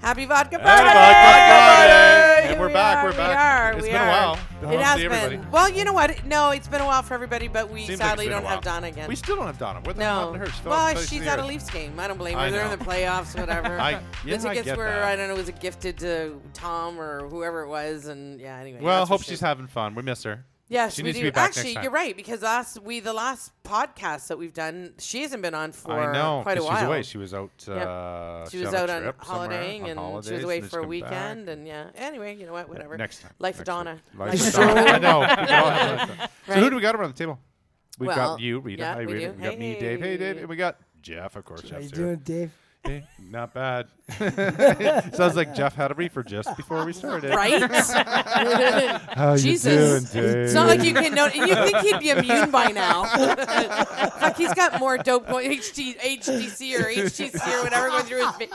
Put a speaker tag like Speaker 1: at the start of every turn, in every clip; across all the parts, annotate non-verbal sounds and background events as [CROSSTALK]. Speaker 1: Happy vodka party!
Speaker 2: Happy vodka party!
Speaker 1: Here
Speaker 2: And we're
Speaker 1: we
Speaker 2: back,
Speaker 1: Are,
Speaker 2: we're
Speaker 1: We
Speaker 2: back.
Speaker 1: are.
Speaker 2: It's
Speaker 1: we
Speaker 2: been a
Speaker 1: are.
Speaker 2: while. I
Speaker 1: It
Speaker 2: don't
Speaker 1: has
Speaker 2: see
Speaker 1: been.
Speaker 2: everybody.
Speaker 1: Well, you know what? No, it's been a while for everybody, but we
Speaker 2: Seems like
Speaker 1: sadly
Speaker 2: it's been a
Speaker 1: don't have
Speaker 2: while.
Speaker 1: Donna again.
Speaker 2: We still don't have Donna. Where the
Speaker 1: no.
Speaker 2: hell happened to her? She fell off
Speaker 1: Well,
Speaker 2: the face of
Speaker 1: she's
Speaker 2: the
Speaker 1: at a
Speaker 2: earth.
Speaker 1: Leafs game. I don't blame her.
Speaker 2: I
Speaker 1: They're in
Speaker 2: know.
Speaker 1: the playoffs, whatever.
Speaker 2: [LAUGHS] I- yeah,
Speaker 1: the
Speaker 2: I
Speaker 1: tickets
Speaker 2: get
Speaker 1: were,
Speaker 2: that.
Speaker 1: I don't know, was it gifted to Tom or whoever it was? And yeah, anyway.
Speaker 2: Well,
Speaker 1: that's what
Speaker 2: hope
Speaker 1: she
Speaker 2: she's
Speaker 1: did.
Speaker 2: having fun. We miss her.
Speaker 1: Yes,
Speaker 2: She
Speaker 1: we
Speaker 2: needs to
Speaker 1: do.
Speaker 2: be back next
Speaker 1: Actually,
Speaker 2: time.
Speaker 1: you're right because last we the last podcast that we've done, she hasn't been on for
Speaker 2: I know.
Speaker 1: quite
Speaker 2: 'cause
Speaker 1: a while.
Speaker 2: She was away. She was out. Uh,
Speaker 1: She was
Speaker 2: on a
Speaker 1: out on
Speaker 2: trip somewhere,
Speaker 1: holidaying
Speaker 2: on
Speaker 1: and she was
Speaker 2: holidays,
Speaker 1: away
Speaker 2: and then
Speaker 1: for a
Speaker 2: come back.
Speaker 1: weekend and yeah. Anyway, you know what? Whatever.
Speaker 2: Next time.
Speaker 1: Life
Speaker 2: Next
Speaker 1: of Donna.
Speaker 2: week. Life of Donna.
Speaker 1: [LAUGHS]
Speaker 2: I know. We can all have life of Donna. So who
Speaker 1: Right.
Speaker 2: do we got around the table? We've
Speaker 1: Well,
Speaker 2: got you, Rita.
Speaker 1: yeah,
Speaker 2: Hi,
Speaker 1: we
Speaker 2: Rita.
Speaker 1: do.
Speaker 2: We got me, Dave. Hey, Dave. And we got Jeff, of course.
Speaker 3: How you
Speaker 2: Jeff's here.
Speaker 3: doing, Dave?
Speaker 2: Hey, not
Speaker 3: [LAUGHS]
Speaker 2: bad. Sounds like Jeff had a reefer just before we started.
Speaker 1: Right? [LAUGHS]
Speaker 2: How
Speaker 1: Jesus.
Speaker 2: you doing, Dave?
Speaker 1: It's not like you can know. You think he'd be immune by now? [LAUGHS] Fuck, he's got more dope going HD, HDC or HTC or whatever going through his ve-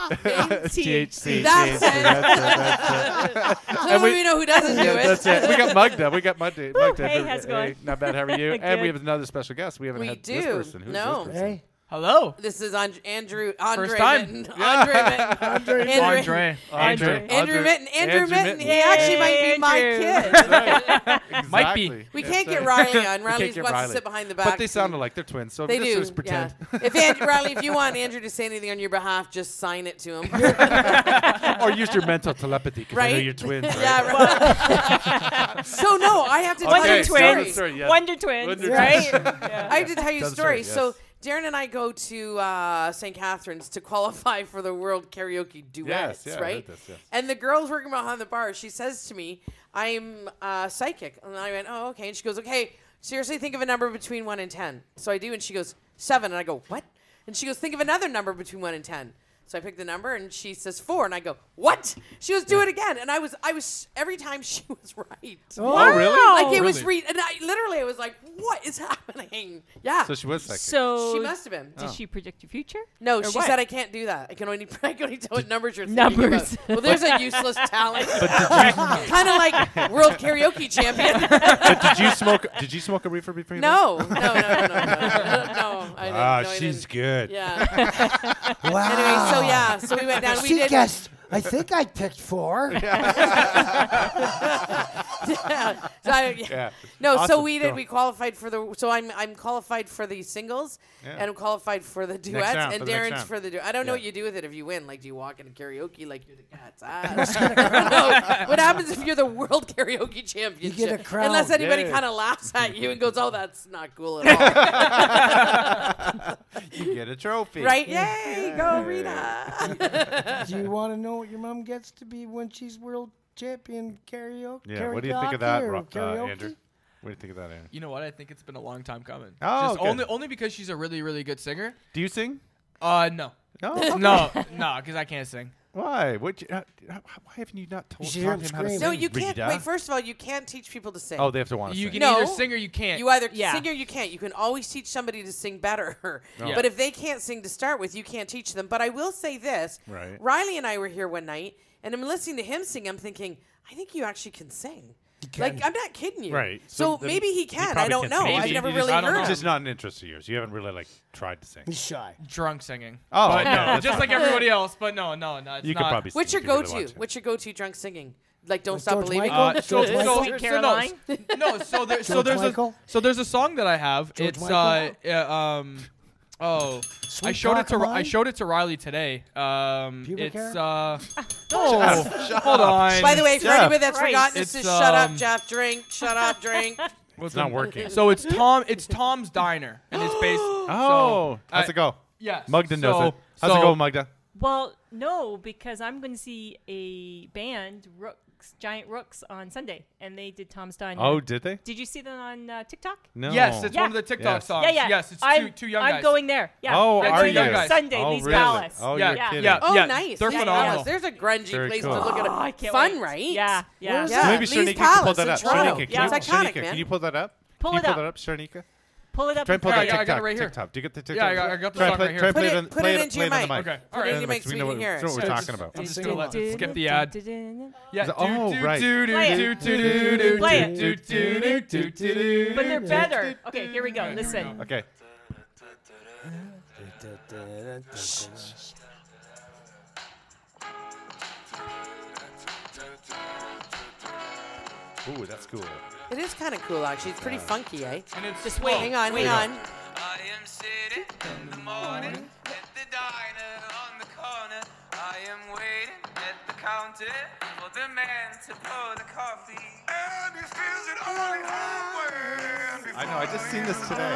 Speaker 2: [LAUGHS]
Speaker 1: veins.
Speaker 2: THC.
Speaker 1: That's it.
Speaker 2: THC, That's it. That's it.
Speaker 1: Clearly,
Speaker 2: we-
Speaker 1: we, know who doesn't do
Speaker 2: Yeah,
Speaker 1: it.
Speaker 2: that's it. We got mugged up. We got mugged up. Mugged up.
Speaker 4: hey, how's it going?
Speaker 2: not bad. How
Speaker 1: [LAUGHS]
Speaker 2: are you? and
Speaker 4: Good.
Speaker 2: we have another special guest. We haven't
Speaker 1: We
Speaker 2: had
Speaker 1: do.
Speaker 2: this person. Who's
Speaker 1: No.
Speaker 2: this person?
Speaker 3: Hey,
Speaker 5: Hello.
Speaker 1: [LAUGHS] This is An- Andrew Andre
Speaker 5: First time.
Speaker 1: Mitten. Andre Mitten. Andrew-
Speaker 3: Andre.
Speaker 5: Andre.
Speaker 2: Andre.
Speaker 5: Andre.
Speaker 1: Andrew Mitten. Andrew,
Speaker 2: Andrew
Speaker 1: Mitten. He
Speaker 2: Mitten.
Speaker 1: actually might be my
Speaker 4: Andrew.
Speaker 1: kid.
Speaker 2: Exactly.
Speaker 5: Might be.
Speaker 1: We
Speaker 2: Yes,
Speaker 1: can't
Speaker 2: sir.
Speaker 1: get Riley on.
Speaker 2: [LAUGHS] We can't
Speaker 1: Riley
Speaker 2: get
Speaker 1: wants
Speaker 2: Riley.
Speaker 1: to sit behind the back.
Speaker 2: But they sound alike. They're twins. So
Speaker 1: They
Speaker 2: just
Speaker 1: do.
Speaker 2: just pretend.
Speaker 1: Yeah. if Andrew,
Speaker 2: [LAUGHS]
Speaker 1: Riley, if you want Andrew to say anything on your behalf, just sign it to
Speaker 2: [LAUGHS]
Speaker 1: him.
Speaker 2: or use your mental telepathy because I know
Speaker 1: Right?
Speaker 2: you're twins.
Speaker 1: [LAUGHS] [LAUGHS]
Speaker 2: Right?
Speaker 1: yeah.
Speaker 2: [LAUGHS]
Speaker 1: Right. so no, I have to tell
Speaker 4: Wonder
Speaker 1: you
Speaker 2: Okay,
Speaker 1: a
Speaker 2: so the
Speaker 4: Twins.
Speaker 1: story.
Speaker 2: story, yes.
Speaker 4: Wonder Twins,
Speaker 2: Wonder
Speaker 4: right?
Speaker 2: Twins.
Speaker 1: [LAUGHS]
Speaker 4: Yeah.
Speaker 1: I have to tell you a
Speaker 2: Tell the
Speaker 1: story.
Speaker 2: story,
Speaker 1: So Darren and I go to uh, St. Catharines to qualify for the World Karaoke Duets,
Speaker 2: Yes, yeah, I heard
Speaker 1: right?
Speaker 2: this, yes.
Speaker 1: And the girl's working behind the bar. She says to me, "I'm uh, psychic," and I went, "Oh, okay." And she goes, "Okay, seriously, think of a number between one and ten. So I do, and she goes seven, and I go, "What?" And she goes, "Think of another number between one and ten. So I pick the number, and she says four, and I go, "What?" She goes, "Do it again," and I was, I was every time she [LAUGHS] was right.
Speaker 2: Oh, really?
Speaker 1: Like it was,
Speaker 2: Really?
Speaker 1: re- and I literally, I was like, "What is [LAUGHS] happening?" Yeah.
Speaker 2: So she was psychic.
Speaker 4: So
Speaker 5: Oh,
Speaker 1: She must have been.
Speaker 4: did she predict your future?
Speaker 1: No,
Speaker 4: Or
Speaker 1: she
Speaker 4: what?
Speaker 1: said I can't do that. I can only [LAUGHS] I can only tell what numbers you're thinking
Speaker 4: Numbers.
Speaker 1: about." Well, there's a useless talent. [LAUGHS] kind of like world karaoke champion.
Speaker 2: [LAUGHS] but did you smoke? Did you smoke a reefer before? you
Speaker 1: no, no, no, no, no, no, no. I didn't.
Speaker 2: Ah,
Speaker 1: no, I
Speaker 2: she's
Speaker 1: didn't.
Speaker 2: good.
Speaker 1: Yeah.
Speaker 3: Wow.
Speaker 1: Anyway, so yeah, so we went
Speaker 3: [LAUGHS]
Speaker 1: down. We
Speaker 3: She
Speaker 1: did.
Speaker 3: guessed. I think I picked
Speaker 2: [LAUGHS]
Speaker 3: four.
Speaker 1: yeah. [LAUGHS] So I- yeah.
Speaker 2: Yeah.
Speaker 1: No, so
Speaker 2: Awesome.
Speaker 1: we
Speaker 2: Go.
Speaker 1: did. We qualified for the. So I'm I'm qualified for the singles,
Speaker 2: Yeah.
Speaker 1: and I'm qualified for the duets,
Speaker 2: round,
Speaker 1: and
Speaker 2: for the next
Speaker 1: Darren's
Speaker 2: round.
Speaker 1: for the. Du- I don't know
Speaker 2: Yeah.
Speaker 1: what you do with it if you win. Like, do you walk into karaoke like you're the
Speaker 3: [LAUGHS]
Speaker 1: cat's ass? [LAUGHS] no. What happens if you're the world [LAUGHS] karaoke championship?
Speaker 3: a crown.
Speaker 1: Unless anybody
Speaker 2: Yeah.
Speaker 1: kind of laughs at you and goes, "Oh, that's not cool
Speaker 2: [LAUGHS]
Speaker 1: at all."
Speaker 2: You get a trophy.
Speaker 1: right? Yay! Go Rita.
Speaker 3: do you want to know what your mom gets to be when she's world champion karaoke?
Speaker 2: Yeah. What do you think of that,
Speaker 3: karaoke or
Speaker 2: Ro- uh,
Speaker 3: karaoke?
Speaker 2: Andrew? What do you think of that, Andrew?
Speaker 5: You know what? I think it's been a long time coming.
Speaker 2: Oh,
Speaker 5: Just
Speaker 2: okay.
Speaker 5: only only because she's a really really good singer.
Speaker 2: Do you sing?
Speaker 5: Uh, no.
Speaker 1: [LAUGHS]
Speaker 2: No.
Speaker 5: No, no, because I can't sing.
Speaker 2: Why? What? You, uh, uh, why haven't you not told
Speaker 3: You should
Speaker 2: taught
Speaker 3: hear
Speaker 2: him
Speaker 3: him
Speaker 2: how to sing?
Speaker 3: scream.
Speaker 1: no, you can't.
Speaker 2: Rita?
Speaker 1: Wait. First of all, you can't teach people to sing.
Speaker 2: Oh, they have to want to
Speaker 5: You
Speaker 2: sing.
Speaker 5: can
Speaker 1: No.
Speaker 5: either sing or you can't.
Speaker 1: You either
Speaker 4: Yeah.
Speaker 1: sing or you can't. You can always teach somebody to sing better.
Speaker 5: Yeah.
Speaker 1: But if they can't sing to start with, you can't teach them. But I will say this
Speaker 2: Right.
Speaker 1: Riley and I were here one night, and I'm listening to him sing. I'm thinking, I think you actually can sing. Like, I'm not kidding you.
Speaker 2: Right. So
Speaker 1: So,
Speaker 2: then
Speaker 1: maybe he can. I
Speaker 2: probably
Speaker 1: don't
Speaker 2: can
Speaker 1: know.
Speaker 2: sing.
Speaker 1: I've
Speaker 2: Maybe.
Speaker 1: never
Speaker 5: You just-
Speaker 1: really
Speaker 5: I don't
Speaker 1: heard
Speaker 5: know.
Speaker 2: It's
Speaker 1: him.
Speaker 2: just not an interest of yours. You haven't really like
Speaker 1: [LAUGHS]
Speaker 2: tried to sing.
Speaker 3: He's shy.
Speaker 5: Drunk singing.
Speaker 2: Oh,
Speaker 5: but
Speaker 2: no, that's
Speaker 5: just
Speaker 2: fine.
Speaker 5: like everybody else. But no, no, no. It's
Speaker 2: You
Speaker 5: not.
Speaker 2: could probably.
Speaker 1: What's your
Speaker 2: sing if
Speaker 1: go
Speaker 2: you really
Speaker 1: to?
Speaker 2: want to.
Speaker 1: What's your go to drunk singing? Like, don't
Speaker 3: Like
Speaker 1: stop
Speaker 3: George
Speaker 1: believing?
Speaker 3: Michael?
Speaker 5: Uh, so,
Speaker 3: George
Speaker 5: so,
Speaker 3: Michael?
Speaker 4: Sweet
Speaker 5: so no, s- no, so there, so
Speaker 3: George
Speaker 5: there's
Speaker 3: Michael?
Speaker 5: a so there's a song that I have.
Speaker 3: George
Speaker 5: it's uh,
Speaker 3: Michael?
Speaker 5: uh, um, oh, I
Speaker 3: Sweet
Speaker 5: showed it
Speaker 3: Talk
Speaker 5: to
Speaker 3: of
Speaker 5: Ri- I
Speaker 3: Mine?
Speaker 5: showed it to Riley today. Um,
Speaker 3: Pubic
Speaker 5: it's
Speaker 3: hair?
Speaker 5: uh, oh, hold on.
Speaker 1: By the way, for
Speaker 2: Jeff.
Speaker 1: anybody that's
Speaker 4: Christ.
Speaker 1: forgotten, this
Speaker 5: It's,
Speaker 1: is shut up,
Speaker 5: um,
Speaker 1: Jeff. Drink. Shut up, drink.
Speaker 2: It's not working.
Speaker 5: So it's Tom. It's Tom's Diner, and it's
Speaker 2: [GASPS]
Speaker 5: based.
Speaker 2: Oh,
Speaker 5: so, uh,
Speaker 2: how's it go?
Speaker 5: Yeah.
Speaker 2: Mugden
Speaker 5: so,
Speaker 2: does it. How's it
Speaker 5: so-
Speaker 2: go, Mugden?
Speaker 4: Well, no, because I'm going to see a band, Rooks, Giant Rooks, on Sunday, and they did Tom's Diner.
Speaker 2: Oh, did they?
Speaker 4: Did you see them on uh, TikTok?
Speaker 2: No.
Speaker 5: Yes, it's
Speaker 4: Yeah.
Speaker 5: one of the TikTok
Speaker 2: Yes.
Speaker 5: songs.
Speaker 4: Yeah, yeah.
Speaker 5: Yes, it's
Speaker 4: I'm,
Speaker 5: two two young
Speaker 4: I'm
Speaker 5: guys.
Speaker 4: going there. Yeah.
Speaker 2: Oh,
Speaker 4: They're
Speaker 2: are
Speaker 4: doing it
Speaker 2: you?
Speaker 4: on Sunday,
Speaker 2: oh,
Speaker 4: Lee's
Speaker 2: really?
Speaker 4: Palace.
Speaker 2: Oh,
Speaker 5: Yeah.
Speaker 2: you're
Speaker 4: Yeah.
Speaker 2: kidding.
Speaker 5: Yeah.
Speaker 1: Oh, nice.
Speaker 5: they're
Speaker 1: Yeah,
Speaker 5: phenomenal.
Speaker 1: yeah. There's a grungy
Speaker 2: Very
Speaker 1: place
Speaker 2: cool.
Speaker 1: to look at.
Speaker 4: Oh, I can't
Speaker 1: Fun,
Speaker 4: wait.
Speaker 1: right?
Speaker 4: Yeah, yeah.
Speaker 3: Where's
Speaker 1: Yeah.
Speaker 2: Maybe
Speaker 1: Lee's
Speaker 2: Shernika can pull
Speaker 1: Palace
Speaker 2: that
Speaker 1: in
Speaker 2: up.
Speaker 1: Toronto.
Speaker 2: Shernika, can,
Speaker 4: Yeah.
Speaker 1: It's
Speaker 2: you,
Speaker 1: iconic,
Speaker 2: Shernika,
Speaker 1: man.
Speaker 2: can you pull that up?
Speaker 4: Pull
Speaker 2: can
Speaker 4: it
Speaker 2: you pull
Speaker 4: up.
Speaker 2: that up, Shernika?
Speaker 4: Pull it up.
Speaker 2: Try and pull
Speaker 5: Yeah,
Speaker 2: that
Speaker 5: I got- I
Speaker 2: TikTok.
Speaker 5: got it right here.
Speaker 2: TikTok. Do you get the TikTok?
Speaker 5: Yeah, I got- I got the
Speaker 2: Try and
Speaker 5: song
Speaker 2: play,
Speaker 5: right here.
Speaker 2: Try and
Speaker 1: Put
Speaker 2: play
Speaker 1: it-
Speaker 2: on-
Speaker 1: put
Speaker 2: play
Speaker 1: it into
Speaker 2: play
Speaker 1: your
Speaker 2: on the
Speaker 1: mic.
Speaker 2: mic.
Speaker 5: Okay,
Speaker 2: Put
Speaker 5: all
Speaker 2: it
Speaker 5: right.
Speaker 2: in the
Speaker 1: Make
Speaker 2: mic so we
Speaker 1: sure
Speaker 2: know
Speaker 1: we
Speaker 2: what
Speaker 1: can hear
Speaker 2: so
Speaker 1: it.
Speaker 2: what we're talking about.
Speaker 5: I'm just gonna let let's skip the ad.
Speaker 4: Dun-dun-dun-dun.
Speaker 5: Yeah.
Speaker 2: Oh,
Speaker 5: do,
Speaker 2: right.
Speaker 5: Do, do,
Speaker 4: Play
Speaker 5: do,
Speaker 4: it.
Speaker 5: do, do, do, do,
Speaker 4: Play it.
Speaker 5: do, do, do, do, do, do.
Speaker 4: But they're better. Okay, here we go. Listen.
Speaker 2: Okay. Ooh, that's cool.
Speaker 1: It is kind of cool, actually. It's pretty funky, eh?
Speaker 5: And it's
Speaker 4: Just wait.
Speaker 1: Hang on,
Speaker 4: wait.
Speaker 1: hang on.
Speaker 6: I am sitting in the morning at the diner on the corner. I am waiting at the counter for the man to pour the coffee. And he spills it all his own way.
Speaker 2: I know. I just seen this today.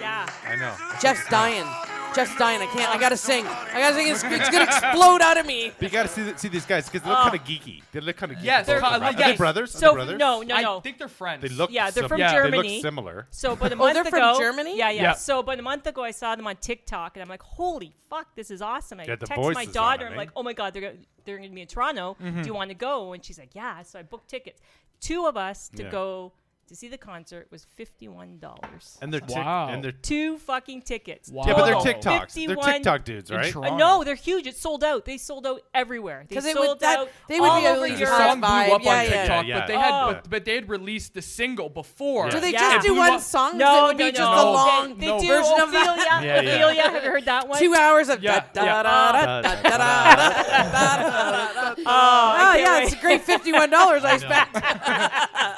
Speaker 4: Yeah.
Speaker 2: I know.
Speaker 1: Jeff's dying. Jeff's dying. I can't. I gotta sing. I gotta sing. It's, it's gonna explode out of me.
Speaker 2: But you gotta see th- see these guys because they look
Speaker 4: Oh.
Speaker 2: kind of geeky. They look kind of geeky.
Speaker 5: Yes,
Speaker 2: both
Speaker 5: they're
Speaker 2: of them,
Speaker 5: kind
Speaker 2: right?
Speaker 5: of-
Speaker 2: Are they
Speaker 5: yes.
Speaker 2: brothers? Are
Speaker 4: So
Speaker 2: they brothers?
Speaker 4: no, no, no.
Speaker 5: I think they're friends.
Speaker 2: They look.
Speaker 4: Yeah, they're from
Speaker 2: sim- They
Speaker 4: Germany.
Speaker 2: look similar.
Speaker 4: So, but
Speaker 1: [LAUGHS]
Speaker 4: a
Speaker 1: Oh,
Speaker 4: month
Speaker 1: they're
Speaker 4: ago,
Speaker 1: from Germany?
Speaker 4: Yeah, yeah,
Speaker 5: Yeah.
Speaker 4: So, but a month ago, I saw them on TikTok, and I'm like, "Holy fuck, this is awesome!" I
Speaker 2: Yeah, the
Speaker 4: text
Speaker 2: voice
Speaker 4: my
Speaker 2: is on
Speaker 4: daughter,
Speaker 2: it, eh?
Speaker 4: I'm
Speaker 2: Mm-hmm.
Speaker 4: like, "Oh my god, they're gonna, they're going to be in Toronto. Do you want to go?" And she's like, "Yeah." So I booked tickets. Two of us to
Speaker 2: Yeah.
Speaker 4: go to see the concert was fifty one dollars.
Speaker 2: And they're tic-
Speaker 5: Wow.
Speaker 2: and they're
Speaker 4: Two fucking tickets.
Speaker 5: Wow.
Speaker 2: yeah, but
Speaker 4: Total.
Speaker 2: they're TikToks. They're
Speaker 4: 51
Speaker 2: TikTok dudes,
Speaker 5: In
Speaker 2: right?
Speaker 5: Toronto.
Speaker 4: Uh, no, they're huge. It's sold out. They sold out everywhere. They
Speaker 1: 'Cause it
Speaker 4: sold
Speaker 1: would- that-
Speaker 4: out.
Speaker 1: they would
Speaker 4: all
Speaker 1: be able
Speaker 4: over
Speaker 1: to
Speaker 5: The
Speaker 1: Your
Speaker 4: Europe.
Speaker 5: song blew
Speaker 1: vibe,
Speaker 5: up
Speaker 1: yeah,
Speaker 5: on
Speaker 1: yeah.
Speaker 5: TikTok,
Speaker 2: Yeah, yeah.
Speaker 5: but they had
Speaker 4: Oh.
Speaker 5: but, but they had released the single before.
Speaker 1: Do they
Speaker 4: Yeah.
Speaker 1: just
Speaker 5: It
Speaker 1: do
Speaker 5: blew
Speaker 1: one
Speaker 5: up-
Speaker 1: song? 'Cause
Speaker 4: No,
Speaker 1: it would
Speaker 4: no,
Speaker 1: be just
Speaker 4: no.
Speaker 1: a long
Speaker 4: They, they do
Speaker 1: version
Speaker 4: Ophelia.
Speaker 1: of that.
Speaker 2: Yeah, yeah.
Speaker 4: Ophelia. Have you heard that one?
Speaker 1: Two hours of
Speaker 5: Yeah,
Speaker 1: da
Speaker 5: yeah.
Speaker 1: da da da da da da da da da. Oh
Speaker 4: can't
Speaker 1: yeah,
Speaker 4: wait.
Speaker 1: it's a great fifty-one dollars I spent.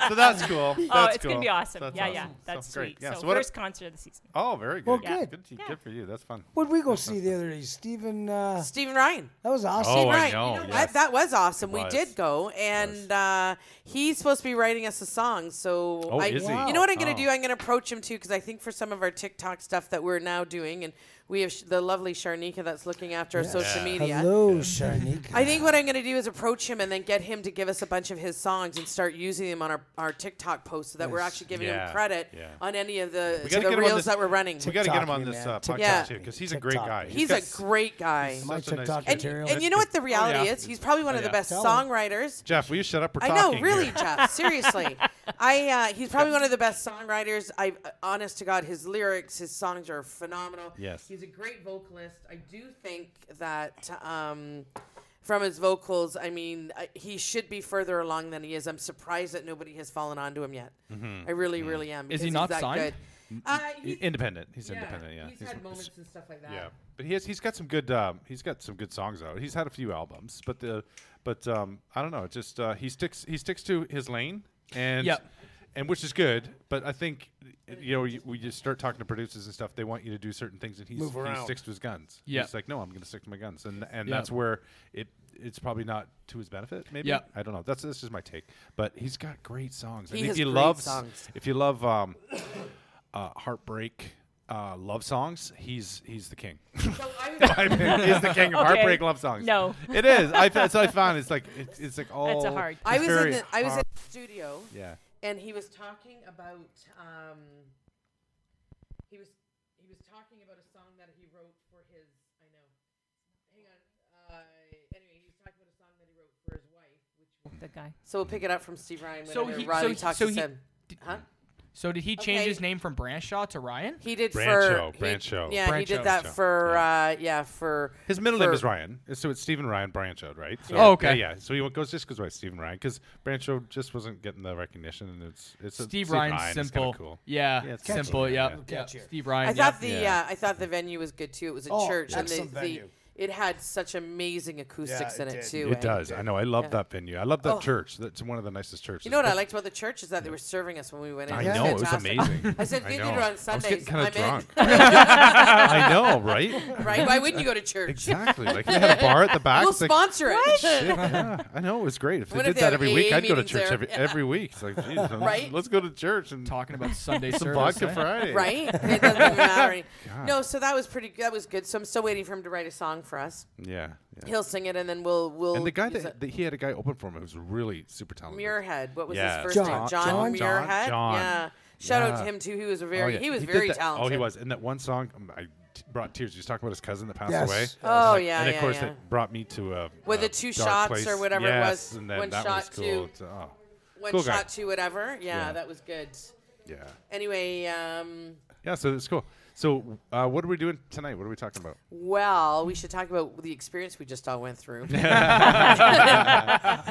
Speaker 2: so that's cool.
Speaker 4: Oh,
Speaker 2: That's
Speaker 4: it's gonna
Speaker 2: cool.
Speaker 4: be awesome.
Speaker 2: That's
Speaker 4: yeah,
Speaker 2: awesome.
Speaker 4: yeah, that's
Speaker 2: So great.
Speaker 4: sweet.
Speaker 2: Yeah,
Speaker 4: so,
Speaker 2: so what a-
Speaker 4: first concert of the season.
Speaker 2: Oh, very good.
Speaker 3: Well, good.
Speaker 2: Good, to-
Speaker 4: Yeah.
Speaker 2: good for you. That's fun.
Speaker 3: What'd we go see the other day? Stephen. Uh,
Speaker 1: Stephen Ryan.
Speaker 3: that was awesome.
Speaker 2: Oh, I
Speaker 1: Ryan.
Speaker 2: know,
Speaker 1: You know
Speaker 2: yes.
Speaker 1: what? That was awesome.
Speaker 2: It
Speaker 1: we
Speaker 2: was.
Speaker 1: did go, and uh, he's supposed to be writing us a song. So
Speaker 2: Oh,
Speaker 1: I,
Speaker 2: is he?
Speaker 1: you know what I'm going
Speaker 2: Oh.
Speaker 1: to do? I'm going to approach him too because I think for some of our TikTok stuff that we're now doing, and we have sh- the lovely Sharnika that's looking after our social media.
Speaker 3: Hello, Sharnik.
Speaker 1: I think what I'm going to do is approach him and then get him to give us a bunch of his songs and start using them on our, our TikTok posts so that we're actually giving
Speaker 2: Yeah,
Speaker 1: him credit
Speaker 2: yeah.
Speaker 1: on any of the, the
Speaker 2: We gotta get him on
Speaker 1: reels
Speaker 2: this-
Speaker 1: that we're running.
Speaker 2: We got to get him
Speaker 3: TikTok
Speaker 2: on
Speaker 3: me,
Speaker 2: this
Speaker 3: man.
Speaker 2: uh, podcast
Speaker 1: Yeah.
Speaker 2: too because he's a great
Speaker 3: TikTok
Speaker 2: guy.
Speaker 3: me.
Speaker 1: He's
Speaker 2: got
Speaker 1: a
Speaker 2: s-
Speaker 1: great guy.
Speaker 3: My
Speaker 2: Such a nice
Speaker 3: TikTok
Speaker 2: kid.
Speaker 1: And,
Speaker 3: material.
Speaker 1: and you know what the reality
Speaker 5: yeah.
Speaker 1: is? He's probably one of the
Speaker 2: yeah.
Speaker 1: best
Speaker 3: Tell him.
Speaker 1: songwriters.
Speaker 2: Jeff, will you shut up? We're
Speaker 1: I
Speaker 2: talking
Speaker 1: know, really,
Speaker 2: here.
Speaker 1: Jeff.
Speaker 2: [LAUGHS]
Speaker 1: Seriously, I uh, he's probably one of the best songwriters. I honest to God, his lyrics, his songs are phenomenal.
Speaker 2: Yes.
Speaker 1: he's a great vocalist. I do think that um, from his vocals, I mean, I, he should be further along than he is. I'm surprised that nobody has fallen onto him yet.
Speaker 2: Mm-hmm.
Speaker 1: I really, really am.
Speaker 5: Is
Speaker 1: because
Speaker 5: he
Speaker 1: he's
Speaker 5: not
Speaker 1: that
Speaker 5: signed?
Speaker 1: Good. Uh, he-
Speaker 2: Independent. He's Mm, independent. Yeah.
Speaker 1: he's, had moments and stuff like that.
Speaker 2: Yeah, but he has, he's got some good um, he's got some good songs out. He's had a few albums, but the but um, I don't know. It just uh, he sticks he sticks to his lane and
Speaker 5: Yep.
Speaker 2: and which is good. But I think you know you, we just start talking to producers and stuff. They want you to do certain things, and he's,
Speaker 3: Move
Speaker 2: he
Speaker 3: around.
Speaker 2: sticks to his guns.
Speaker 5: Yeah.
Speaker 2: he's like, no, I'm going to stick to my guns, and and
Speaker 5: Yeah.
Speaker 2: that's where it it's probably not to his benefit. Maybe
Speaker 5: Yeah.
Speaker 2: I don't know. That's this is my take. But he's got great songs.
Speaker 1: He
Speaker 2: and
Speaker 1: has
Speaker 2: if you
Speaker 1: great
Speaker 2: love
Speaker 1: songs.
Speaker 2: if you love um, uh, heartbreak. Uh, love songs. He's he's the king.
Speaker 1: So
Speaker 2: [LAUGHS]
Speaker 1: I would
Speaker 2: I mean, he's the king of
Speaker 4: Okay.
Speaker 2: heartbreak love songs.
Speaker 4: No.
Speaker 2: it is. I that's what I found. It's like it's, it's like all.
Speaker 4: That's a hard-
Speaker 1: I
Speaker 2: it's
Speaker 1: was in
Speaker 2: very
Speaker 1: the, I was in
Speaker 2: hard-
Speaker 1: the studio
Speaker 2: Yeah.
Speaker 1: and he was talking about um he was he was talking about a song that he wrote for his I know hang on uh anyway he was talking about a song that he wrote for his wife which was
Speaker 4: The guy.
Speaker 1: so we'll pick it up from Steve Ryan
Speaker 5: So
Speaker 1: whenever
Speaker 5: he- so
Speaker 1: Riley
Speaker 5: he-
Speaker 1: talks
Speaker 5: so
Speaker 1: to
Speaker 5: he-
Speaker 1: him
Speaker 5: did-
Speaker 1: huh
Speaker 5: So did he change
Speaker 1: Okay.
Speaker 5: his name from Branshaw to Ryan?
Speaker 1: he did
Speaker 2: Brancho,
Speaker 1: for
Speaker 2: Brancho,
Speaker 1: he, yeah
Speaker 5: Brancho.
Speaker 1: he did that
Speaker 2: Brancho,
Speaker 1: for uh yeah for
Speaker 2: His middle
Speaker 1: for-
Speaker 2: name is Ryan, so it's Stephen Ryan Branchard, right? So,
Speaker 5: Oh, okay.
Speaker 2: Yeah, yeah. So he went- goes just goes by Stephen Ryan because Branchard just wasn't getting the recognition, and it's it's a-
Speaker 5: Steve
Speaker 2: Stephen
Speaker 5: Ryan's
Speaker 2: Ryan is kinda
Speaker 5: simple.
Speaker 2: cool.
Speaker 5: Yeah,
Speaker 2: Yeah, it's catchy.
Speaker 5: simple.
Speaker 2: Yeah,
Speaker 5: Yeah,
Speaker 2: yeah.
Speaker 5: yeah.
Speaker 3: Catchier.
Speaker 5: Steve Ryan.
Speaker 1: I
Speaker 5: yeah.
Speaker 1: thought the
Speaker 2: Yeah.
Speaker 1: uh, I thought the venue was good too. It was a
Speaker 3: Oh,
Speaker 1: church, and the,
Speaker 3: excellent
Speaker 1: the
Speaker 3: venue.
Speaker 1: it had such amazing acoustics
Speaker 3: Yeah,
Speaker 1: in
Speaker 3: it
Speaker 1: it
Speaker 3: did.
Speaker 1: too. eh?
Speaker 2: It does. I know. I love
Speaker 1: Yeah.
Speaker 2: that venue. I love that
Speaker 1: Oh.
Speaker 2: church. That's one of the nicest churches.
Speaker 1: You know what I
Speaker 2: But-
Speaker 1: liked about the church is that they were serving us when we went in.
Speaker 2: I
Speaker 1: It was
Speaker 2: know. It was
Speaker 1: fantastic. [LAUGHS]
Speaker 2: amazing.
Speaker 1: I said,
Speaker 2: I
Speaker 1: "Good
Speaker 2: know.
Speaker 1: dinner on
Speaker 2: I was getting
Speaker 1: Sundays.
Speaker 2: kind
Speaker 1: I'm
Speaker 2: of
Speaker 1: in."
Speaker 2: drunk. I know,
Speaker 1: [LAUGHS]
Speaker 2: right?
Speaker 1: right? Why wouldn't you go to church?
Speaker 2: Exactly. Like they had a bar at the back.
Speaker 1: We'll
Speaker 2: It's like,
Speaker 1: sponsor [LAUGHS] it.
Speaker 2: Shit, yeah, I know it was great. If they
Speaker 1: What
Speaker 2: did
Speaker 1: if they
Speaker 2: that
Speaker 1: have
Speaker 2: every week,
Speaker 1: AA
Speaker 2: I'd go to
Speaker 1: meetings
Speaker 2: church
Speaker 1: there?
Speaker 2: every every week. It's like,
Speaker 1: [LAUGHS]
Speaker 2: geez, let's-
Speaker 1: Right?
Speaker 2: let's go to church and talk
Speaker 5: talking
Speaker 1: [LAUGHS]
Speaker 5: about Sunday
Speaker 2: some
Speaker 5: service.
Speaker 2: vodka
Speaker 5: eh?
Speaker 2: Friday. [LAUGHS]
Speaker 1: Right? It doesn't even matter. any- No, so that was pretty. That was good. So I'm still waiting for him to write a song for us.
Speaker 2: Yeah. yeah.
Speaker 1: He'll sing it, and then we'll we'll.
Speaker 2: And the guy
Speaker 1: use
Speaker 2: that,
Speaker 1: it.
Speaker 2: that he had a guy open for him who was really super talented.
Speaker 1: Muirhead. What was
Speaker 2: Yeah.
Speaker 1: his first
Speaker 3: John-
Speaker 1: name? John,
Speaker 3: John-
Speaker 2: John-
Speaker 1: Muirhead.
Speaker 2: John.
Speaker 1: Yeah. Shout out to
Speaker 2: Yeah.
Speaker 1: him too. He was a
Speaker 2: Oh,
Speaker 1: very
Speaker 2: yeah.
Speaker 1: he was
Speaker 2: did
Speaker 1: very
Speaker 2: that-
Speaker 1: talented.
Speaker 2: Oh, he was. And that one song, um, I t- brought tears. He was talking about his cousin that passed
Speaker 3: Yes.
Speaker 2: away.
Speaker 1: Oh,
Speaker 2: And,
Speaker 1: yeah,
Speaker 2: And
Speaker 1: yeah,
Speaker 2: of course,
Speaker 1: yeah.
Speaker 2: that brought me to a
Speaker 1: With
Speaker 2: a
Speaker 1: the two
Speaker 2: dark
Speaker 1: shots
Speaker 2: place.
Speaker 1: or whatever it
Speaker 2: yes,
Speaker 1: was,
Speaker 2: And then
Speaker 1: one
Speaker 2: that
Speaker 1: shot
Speaker 2: was cool.
Speaker 1: to-
Speaker 2: It's, oh,
Speaker 1: One
Speaker 2: cool guy.
Speaker 1: shot to whatever. Yeah,
Speaker 2: Yeah.
Speaker 1: that was good.
Speaker 2: yeah.
Speaker 1: Anyway, um,
Speaker 2: Yeah. So it's cool. So uh, what are we doing tonight? What are we talking
Speaker 1: [LAUGHS]
Speaker 2: about?
Speaker 1: well, we should talk about the experience we just all went through.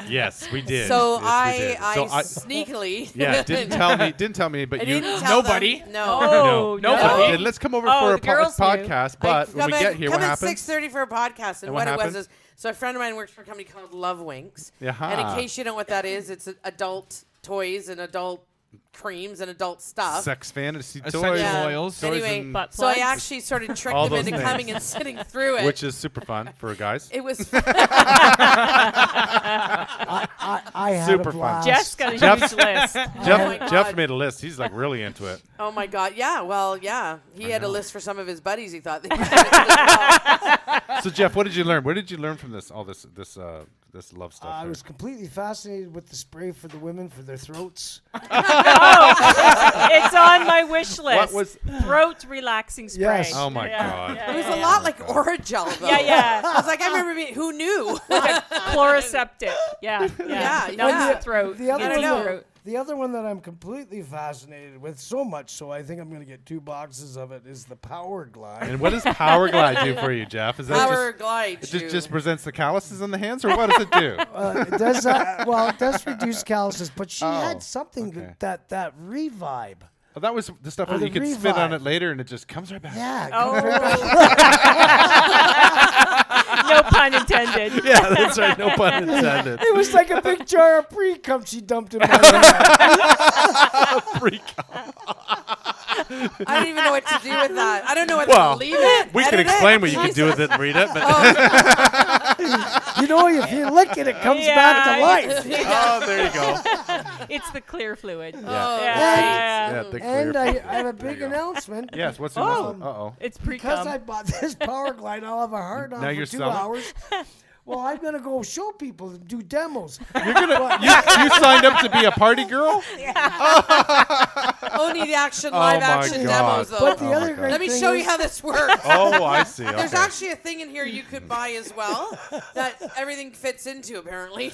Speaker 2: Yes, we did.
Speaker 1: So
Speaker 2: Yes, we
Speaker 1: I,
Speaker 2: did.
Speaker 1: I,
Speaker 2: So
Speaker 1: sneakily. [LAUGHS]
Speaker 2: Yeah, didn't tell me. Didn't tell me. But
Speaker 1: I
Speaker 2: you.
Speaker 1: didn't tell them.
Speaker 5: Nobody?
Speaker 1: No.
Speaker 4: Oh,
Speaker 5: No.
Speaker 2: So
Speaker 5: Nobody?
Speaker 2: then let's come over
Speaker 4: Oh,
Speaker 2: for a
Speaker 4: the girls
Speaker 2: po-
Speaker 4: knew.
Speaker 2: podcast.
Speaker 1: I
Speaker 2: But when we
Speaker 1: come
Speaker 2: get
Speaker 1: in-
Speaker 2: here,
Speaker 1: come
Speaker 2: what
Speaker 1: in
Speaker 2: happens?
Speaker 1: six thirty for a podcast, and,
Speaker 2: And
Speaker 1: what,
Speaker 2: what
Speaker 1: it was
Speaker 2: happened?
Speaker 1: is so a friend of mine works for a company called Love Winks, and in
Speaker 2: Yeah.
Speaker 1: case you know what that is, it's an adult toys and adult creams and adult stuff.
Speaker 2: Sex fantasy
Speaker 5: A
Speaker 2: toys,
Speaker 5: sex
Speaker 1: Yeah.
Speaker 5: oils.
Speaker 2: Toys
Speaker 1: Anyway,
Speaker 2: and-
Speaker 4: Butt
Speaker 1: so I
Speaker 4: plugs.
Speaker 1: actually sort
Speaker 2: [LAUGHS]
Speaker 1: of tricked
Speaker 2: All
Speaker 1: them
Speaker 2: those
Speaker 1: into
Speaker 2: things.
Speaker 1: coming and sitting through it.
Speaker 2: which is super fun for guys.
Speaker 1: it
Speaker 2: [LAUGHS]
Speaker 1: was
Speaker 3: I, I had
Speaker 2: Super
Speaker 3: a
Speaker 2: fun.
Speaker 3: blast.
Speaker 4: Jeff's got a
Speaker 2: Jeff's- [LAUGHS]
Speaker 4: huge list.
Speaker 1: my
Speaker 2: Jeff, Jeff
Speaker 1: God.
Speaker 2: made a list. He's like really into it.
Speaker 1: oh my god, yeah. Well, yeah, he had a
Speaker 2: know.
Speaker 1: list for some of his buddies. He
Speaker 2: [LAUGHS]
Speaker 1: thought. They could
Speaker 2: So Jeff, what did you learn? What did you learn from this all this this uh, this love stuff?
Speaker 3: I
Speaker 2: here?
Speaker 3: was completely fascinated with the spray for the women for their throats.
Speaker 4: Oh, it's on my wish list.
Speaker 2: was-
Speaker 4: throat relaxing spray?
Speaker 3: Yes.
Speaker 2: oh my
Speaker 4: Yeah,
Speaker 2: god.
Speaker 4: yeah,
Speaker 1: it was
Speaker 4: yeah,
Speaker 1: a lot like Oragel though.
Speaker 4: Yeah,
Speaker 1: I
Speaker 4: yeah.
Speaker 1: was like, I remember being, who knew?
Speaker 4: Chloroseptic. Yeah, yeah.
Speaker 1: Yeah,
Speaker 4: Numbs
Speaker 1: yeah.
Speaker 4: the throat.
Speaker 3: The other
Speaker 4: Gets
Speaker 1: one- I don't know.
Speaker 3: [LAUGHS]
Speaker 4: throat.
Speaker 3: The other one that I'm completely fascinated with, so much so I think I'm going to get two boxes of it, is the Power Glide.
Speaker 2: And what does Power Glide do for you, Jeff? Is that
Speaker 1: Power
Speaker 2: just
Speaker 1: glide.
Speaker 2: it
Speaker 1: you.
Speaker 2: just, just presents the calluses on the hands, or what does it do?
Speaker 3: [LAUGHS] Uh, it does uh, well, it does reduce calluses, but she
Speaker 2: Oh,
Speaker 3: had something
Speaker 2: okay.
Speaker 3: that that revibe.
Speaker 2: Oh, that was the stuff
Speaker 3: Oh,
Speaker 2: where you
Speaker 3: the
Speaker 2: can spit on
Speaker 3: revive.
Speaker 2: it later, and it just comes right back.
Speaker 3: Yeah.
Speaker 4: Oh. no pun
Speaker 2: [LAUGHS]
Speaker 4: intended.
Speaker 2: yeah, that's right. No pun intended.
Speaker 3: [LAUGHS] It was like a big jar of pre cum she dumped [LAUGHS] in my hair.
Speaker 2: Freak.
Speaker 1: I don't even know what to do with that. I don't know whether
Speaker 2: Well,
Speaker 1: to leave it.
Speaker 2: We can
Speaker 1: edit it. Oh,
Speaker 2: explain what you can do with it and read it, but
Speaker 3: You know, if you lick it, it comes
Speaker 4: Yeah,
Speaker 3: back to
Speaker 4: I-
Speaker 3: life.
Speaker 2: oh, there you go.
Speaker 4: It's the clear fluid.
Speaker 1: Oh,
Speaker 4: Yeah.
Speaker 1: right.
Speaker 2: Yeah, the
Speaker 3: And
Speaker 2: clear
Speaker 3: I,
Speaker 2: picture.
Speaker 3: I have a
Speaker 2: There
Speaker 3: big
Speaker 2: you go.
Speaker 3: announcement.
Speaker 2: Yes, what's the
Speaker 4: Oh.
Speaker 2: Uh oh.
Speaker 4: It's pre
Speaker 3: Because I
Speaker 4: cum.
Speaker 3: bought this power glide, I'll have a hard on
Speaker 2: Now
Speaker 3: for
Speaker 2: you're
Speaker 3: two
Speaker 2: selling?
Speaker 4: [LAUGHS]
Speaker 3: hours. Well, I'm gonna go show people and do
Speaker 4: [LAUGHS]
Speaker 3: demos.
Speaker 2: You're gonna [LAUGHS] you, you signed up to be a party girl?
Speaker 1: Only the action,
Speaker 2: Oh
Speaker 1: live
Speaker 2: my
Speaker 1: action
Speaker 2: God.
Speaker 1: demos, though.
Speaker 3: But the
Speaker 2: Oh my
Speaker 3: other
Speaker 2: God.
Speaker 3: great
Speaker 1: Let me
Speaker 3: thing
Speaker 1: show
Speaker 3: is,
Speaker 1: you how this works.
Speaker 2: Oh, I see.
Speaker 1: There's
Speaker 2: okay.
Speaker 1: actually a thing in here you could buy as well that everything fits into,
Speaker 3: [LAUGHS]
Speaker 1: apparently.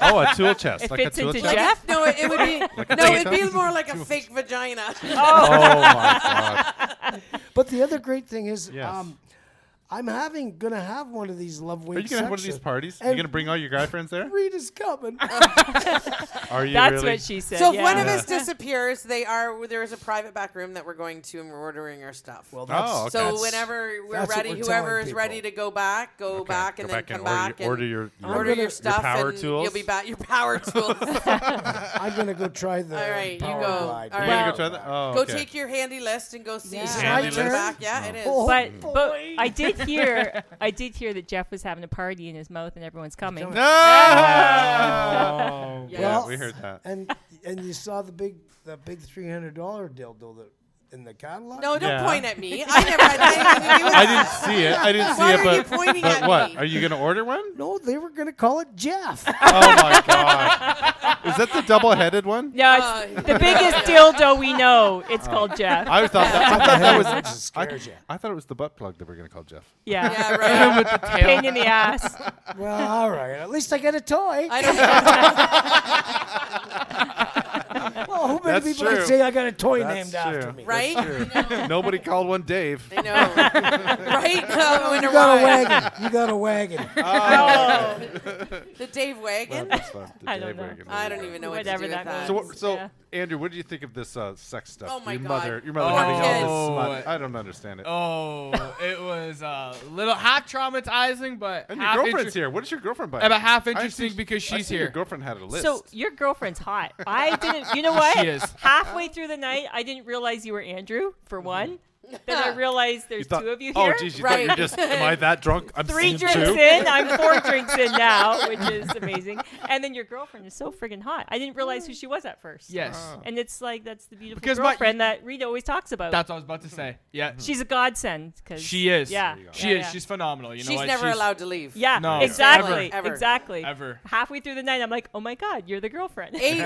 Speaker 2: oh a tool chest,
Speaker 4: It
Speaker 2: like a
Speaker 4: fits
Speaker 2: tool
Speaker 4: into
Speaker 2: chest.
Speaker 4: Jeff.
Speaker 1: no, it, it would be
Speaker 2: a
Speaker 1: no, it'd be
Speaker 2: [LAUGHS] tater?
Speaker 1: more like a fake
Speaker 3: [LAUGHS]
Speaker 1: vagina.
Speaker 2: Oh my god.
Speaker 3: But the other great thing is,
Speaker 2: Yes.
Speaker 3: um, I'm having gonna have one of these love
Speaker 2: [LAUGHS]
Speaker 3: week.
Speaker 2: Are you gonna have one of these
Speaker 3: sections.
Speaker 2: parties? Are you
Speaker 3: And
Speaker 2: gonna bring all your guy friends
Speaker 3: [LAUGHS]
Speaker 2: there?
Speaker 3: Reed
Speaker 2: [LAUGHS]
Speaker 3: is coming.
Speaker 2: Are you
Speaker 4: That's
Speaker 2: really?
Speaker 4: what she said.
Speaker 1: so if
Speaker 4: yeah.
Speaker 1: one of
Speaker 2: Yeah.
Speaker 1: us disappears, they are there is a private back room that we're going to and we're ordering our stuff.
Speaker 3: well,
Speaker 2: Oh, okay.
Speaker 1: So
Speaker 2: That's-
Speaker 1: whenever we're
Speaker 3: that's what
Speaker 1: ready,
Speaker 3: we're
Speaker 1: whoever
Speaker 3: telling
Speaker 1: is ready to go back, go
Speaker 2: Okay,
Speaker 1: back
Speaker 2: go
Speaker 1: and
Speaker 2: back
Speaker 1: then
Speaker 2: and
Speaker 1: come
Speaker 2: order
Speaker 1: back
Speaker 2: your- order your- your-
Speaker 1: order
Speaker 3: your
Speaker 1: your stuff
Speaker 2: power
Speaker 1: and
Speaker 2: tools?
Speaker 1: You'll be back your power tools.
Speaker 3: I'm gonna go try
Speaker 1: [LAUGHS]
Speaker 3: the.
Speaker 1: All right, you
Speaker 3: power
Speaker 1: go.
Speaker 3: Glide.
Speaker 1: All
Speaker 2: Are
Speaker 1: right.
Speaker 2: you gonna go
Speaker 4: Well-
Speaker 2: try that? Oh,
Speaker 1: Go
Speaker 2: okay.
Speaker 1: take your handy list and go see.
Speaker 4: Is
Speaker 1: if
Speaker 4: it
Speaker 1: you
Speaker 3: my
Speaker 1: can
Speaker 3: turn?
Speaker 1: Back. Yeah, it is.
Speaker 3: Oh,
Speaker 4: but but
Speaker 3: boy.
Speaker 1: [LAUGHS]
Speaker 4: I did hear I did hear that Jeff was having a party in his mouth and everyone's coming.
Speaker 2: [LAUGHS]
Speaker 3: coming.
Speaker 2: No. Oh, Yeah,
Speaker 1: Yeah.
Speaker 3: Well-
Speaker 2: we heard that.
Speaker 3: and and you saw the big the big three hundred dollar dildo that in the catalog.
Speaker 1: No, don't
Speaker 2: Yeah.
Speaker 1: point at me. I never had anything to do with
Speaker 2: I
Speaker 1: that.
Speaker 2: didn't see it. I didn't see
Speaker 1: Why
Speaker 2: it.
Speaker 1: are
Speaker 2: But,
Speaker 1: you pointing
Speaker 2: but
Speaker 1: at
Speaker 2: what?
Speaker 1: me?
Speaker 2: Are you gonna order one?
Speaker 3: No, they were gonna call it
Speaker 1: [LAUGHS]
Speaker 3: Jeff.
Speaker 2: Oh my god. Is that the double-headed one?
Speaker 4: No, it's
Speaker 1: Uh,
Speaker 4: the biggest dildo we know. It's called Jeff.
Speaker 2: Oh. I thought that, I thought that
Speaker 3: [LAUGHS]
Speaker 2: was
Speaker 3: That scares you.
Speaker 2: I thought it was the butt plug that we're gonna call Jeff.
Speaker 4: yeah.
Speaker 1: Yeah, right.
Speaker 5: With the
Speaker 4: Pain
Speaker 5: tail.
Speaker 4: in the ass.
Speaker 3: Well, all right. At least I get a toy.
Speaker 1: I don't.
Speaker 3: well, who many
Speaker 2: That's
Speaker 3: people
Speaker 2: true.
Speaker 3: can say I got a toy
Speaker 2: That's
Speaker 3: named
Speaker 2: true.
Speaker 3: after me?
Speaker 1: Right?
Speaker 2: Nobody called one Dave.
Speaker 1: I know. right? Oh, when
Speaker 3: You got a wagon. You got a wagon.
Speaker 1: [LAUGHS] The Dave wagon.
Speaker 2: That's fun. The
Speaker 4: I don't
Speaker 2: Dave
Speaker 4: know.
Speaker 2: Wagon.
Speaker 1: I don't even know what
Speaker 4: Whatever
Speaker 1: to do
Speaker 4: that
Speaker 1: with that.
Speaker 4: means.
Speaker 2: So, what- so
Speaker 4: Yeah.
Speaker 2: Andrew, what do you think of this uh, sex stuff?
Speaker 1: Oh my
Speaker 2: your
Speaker 1: God.
Speaker 2: mother, your mother
Speaker 5: Poor
Speaker 2: having all
Speaker 5: kids.
Speaker 2: this smut. I don't understand it.
Speaker 5: Oh, it was a little half traumatizing, but
Speaker 2: and your
Speaker 5: half
Speaker 2: girlfriend's
Speaker 5: inter-
Speaker 2: here. What is your girlfriend by?
Speaker 5: About half
Speaker 2: I
Speaker 5: interesting
Speaker 2: see-
Speaker 5: because
Speaker 2: I
Speaker 5: she's
Speaker 2: see
Speaker 5: here.
Speaker 2: Your girlfriend had a list.
Speaker 4: So your girlfriend's hot. I didn't.
Speaker 2: [LAUGHS]
Speaker 4: You know what?
Speaker 5: She is.
Speaker 4: Halfway through the night, I didn't realize you were Andrew. For one, then I realized
Speaker 2: Mm-hmm. You
Speaker 4: there's
Speaker 2: thought-
Speaker 4: two of you here.
Speaker 2: Oh, geez, you thought
Speaker 1: Right.
Speaker 2: you were just. Am I that drunk? I'm
Speaker 4: Three
Speaker 2: seeing
Speaker 4: drinks
Speaker 2: two?
Speaker 4: in, I'm four [LAUGHS] drinks in now, which is amazing. And then your girlfriend is so friggin' hot. I didn't realize
Speaker 1: Mm.
Speaker 4: who she was at first.
Speaker 5: Yes.
Speaker 4: And it's like that's the beautiful
Speaker 5: Because my-
Speaker 4: girlfriend that Rita always talks about.
Speaker 5: That's what I was about to say. Yeah.
Speaker 2: Mm-hmm.
Speaker 4: She's a godsend. 'cause-
Speaker 5: She is.
Speaker 4: Yeah.
Speaker 5: She
Speaker 4: yeah,
Speaker 5: is.
Speaker 4: yeah.
Speaker 5: She's phenomenal. You know
Speaker 1: She's
Speaker 5: what?
Speaker 1: never allowed to leave.
Speaker 4: Yeah,
Speaker 5: No.
Speaker 4: exactly.
Speaker 1: Ever. Ever.
Speaker 4: Exactly. [LAUGHS]
Speaker 5: Ever.
Speaker 4: Halfway through the night, I'm like, oh my God, you're the girlfriend. [LAUGHS]
Speaker 1: A, a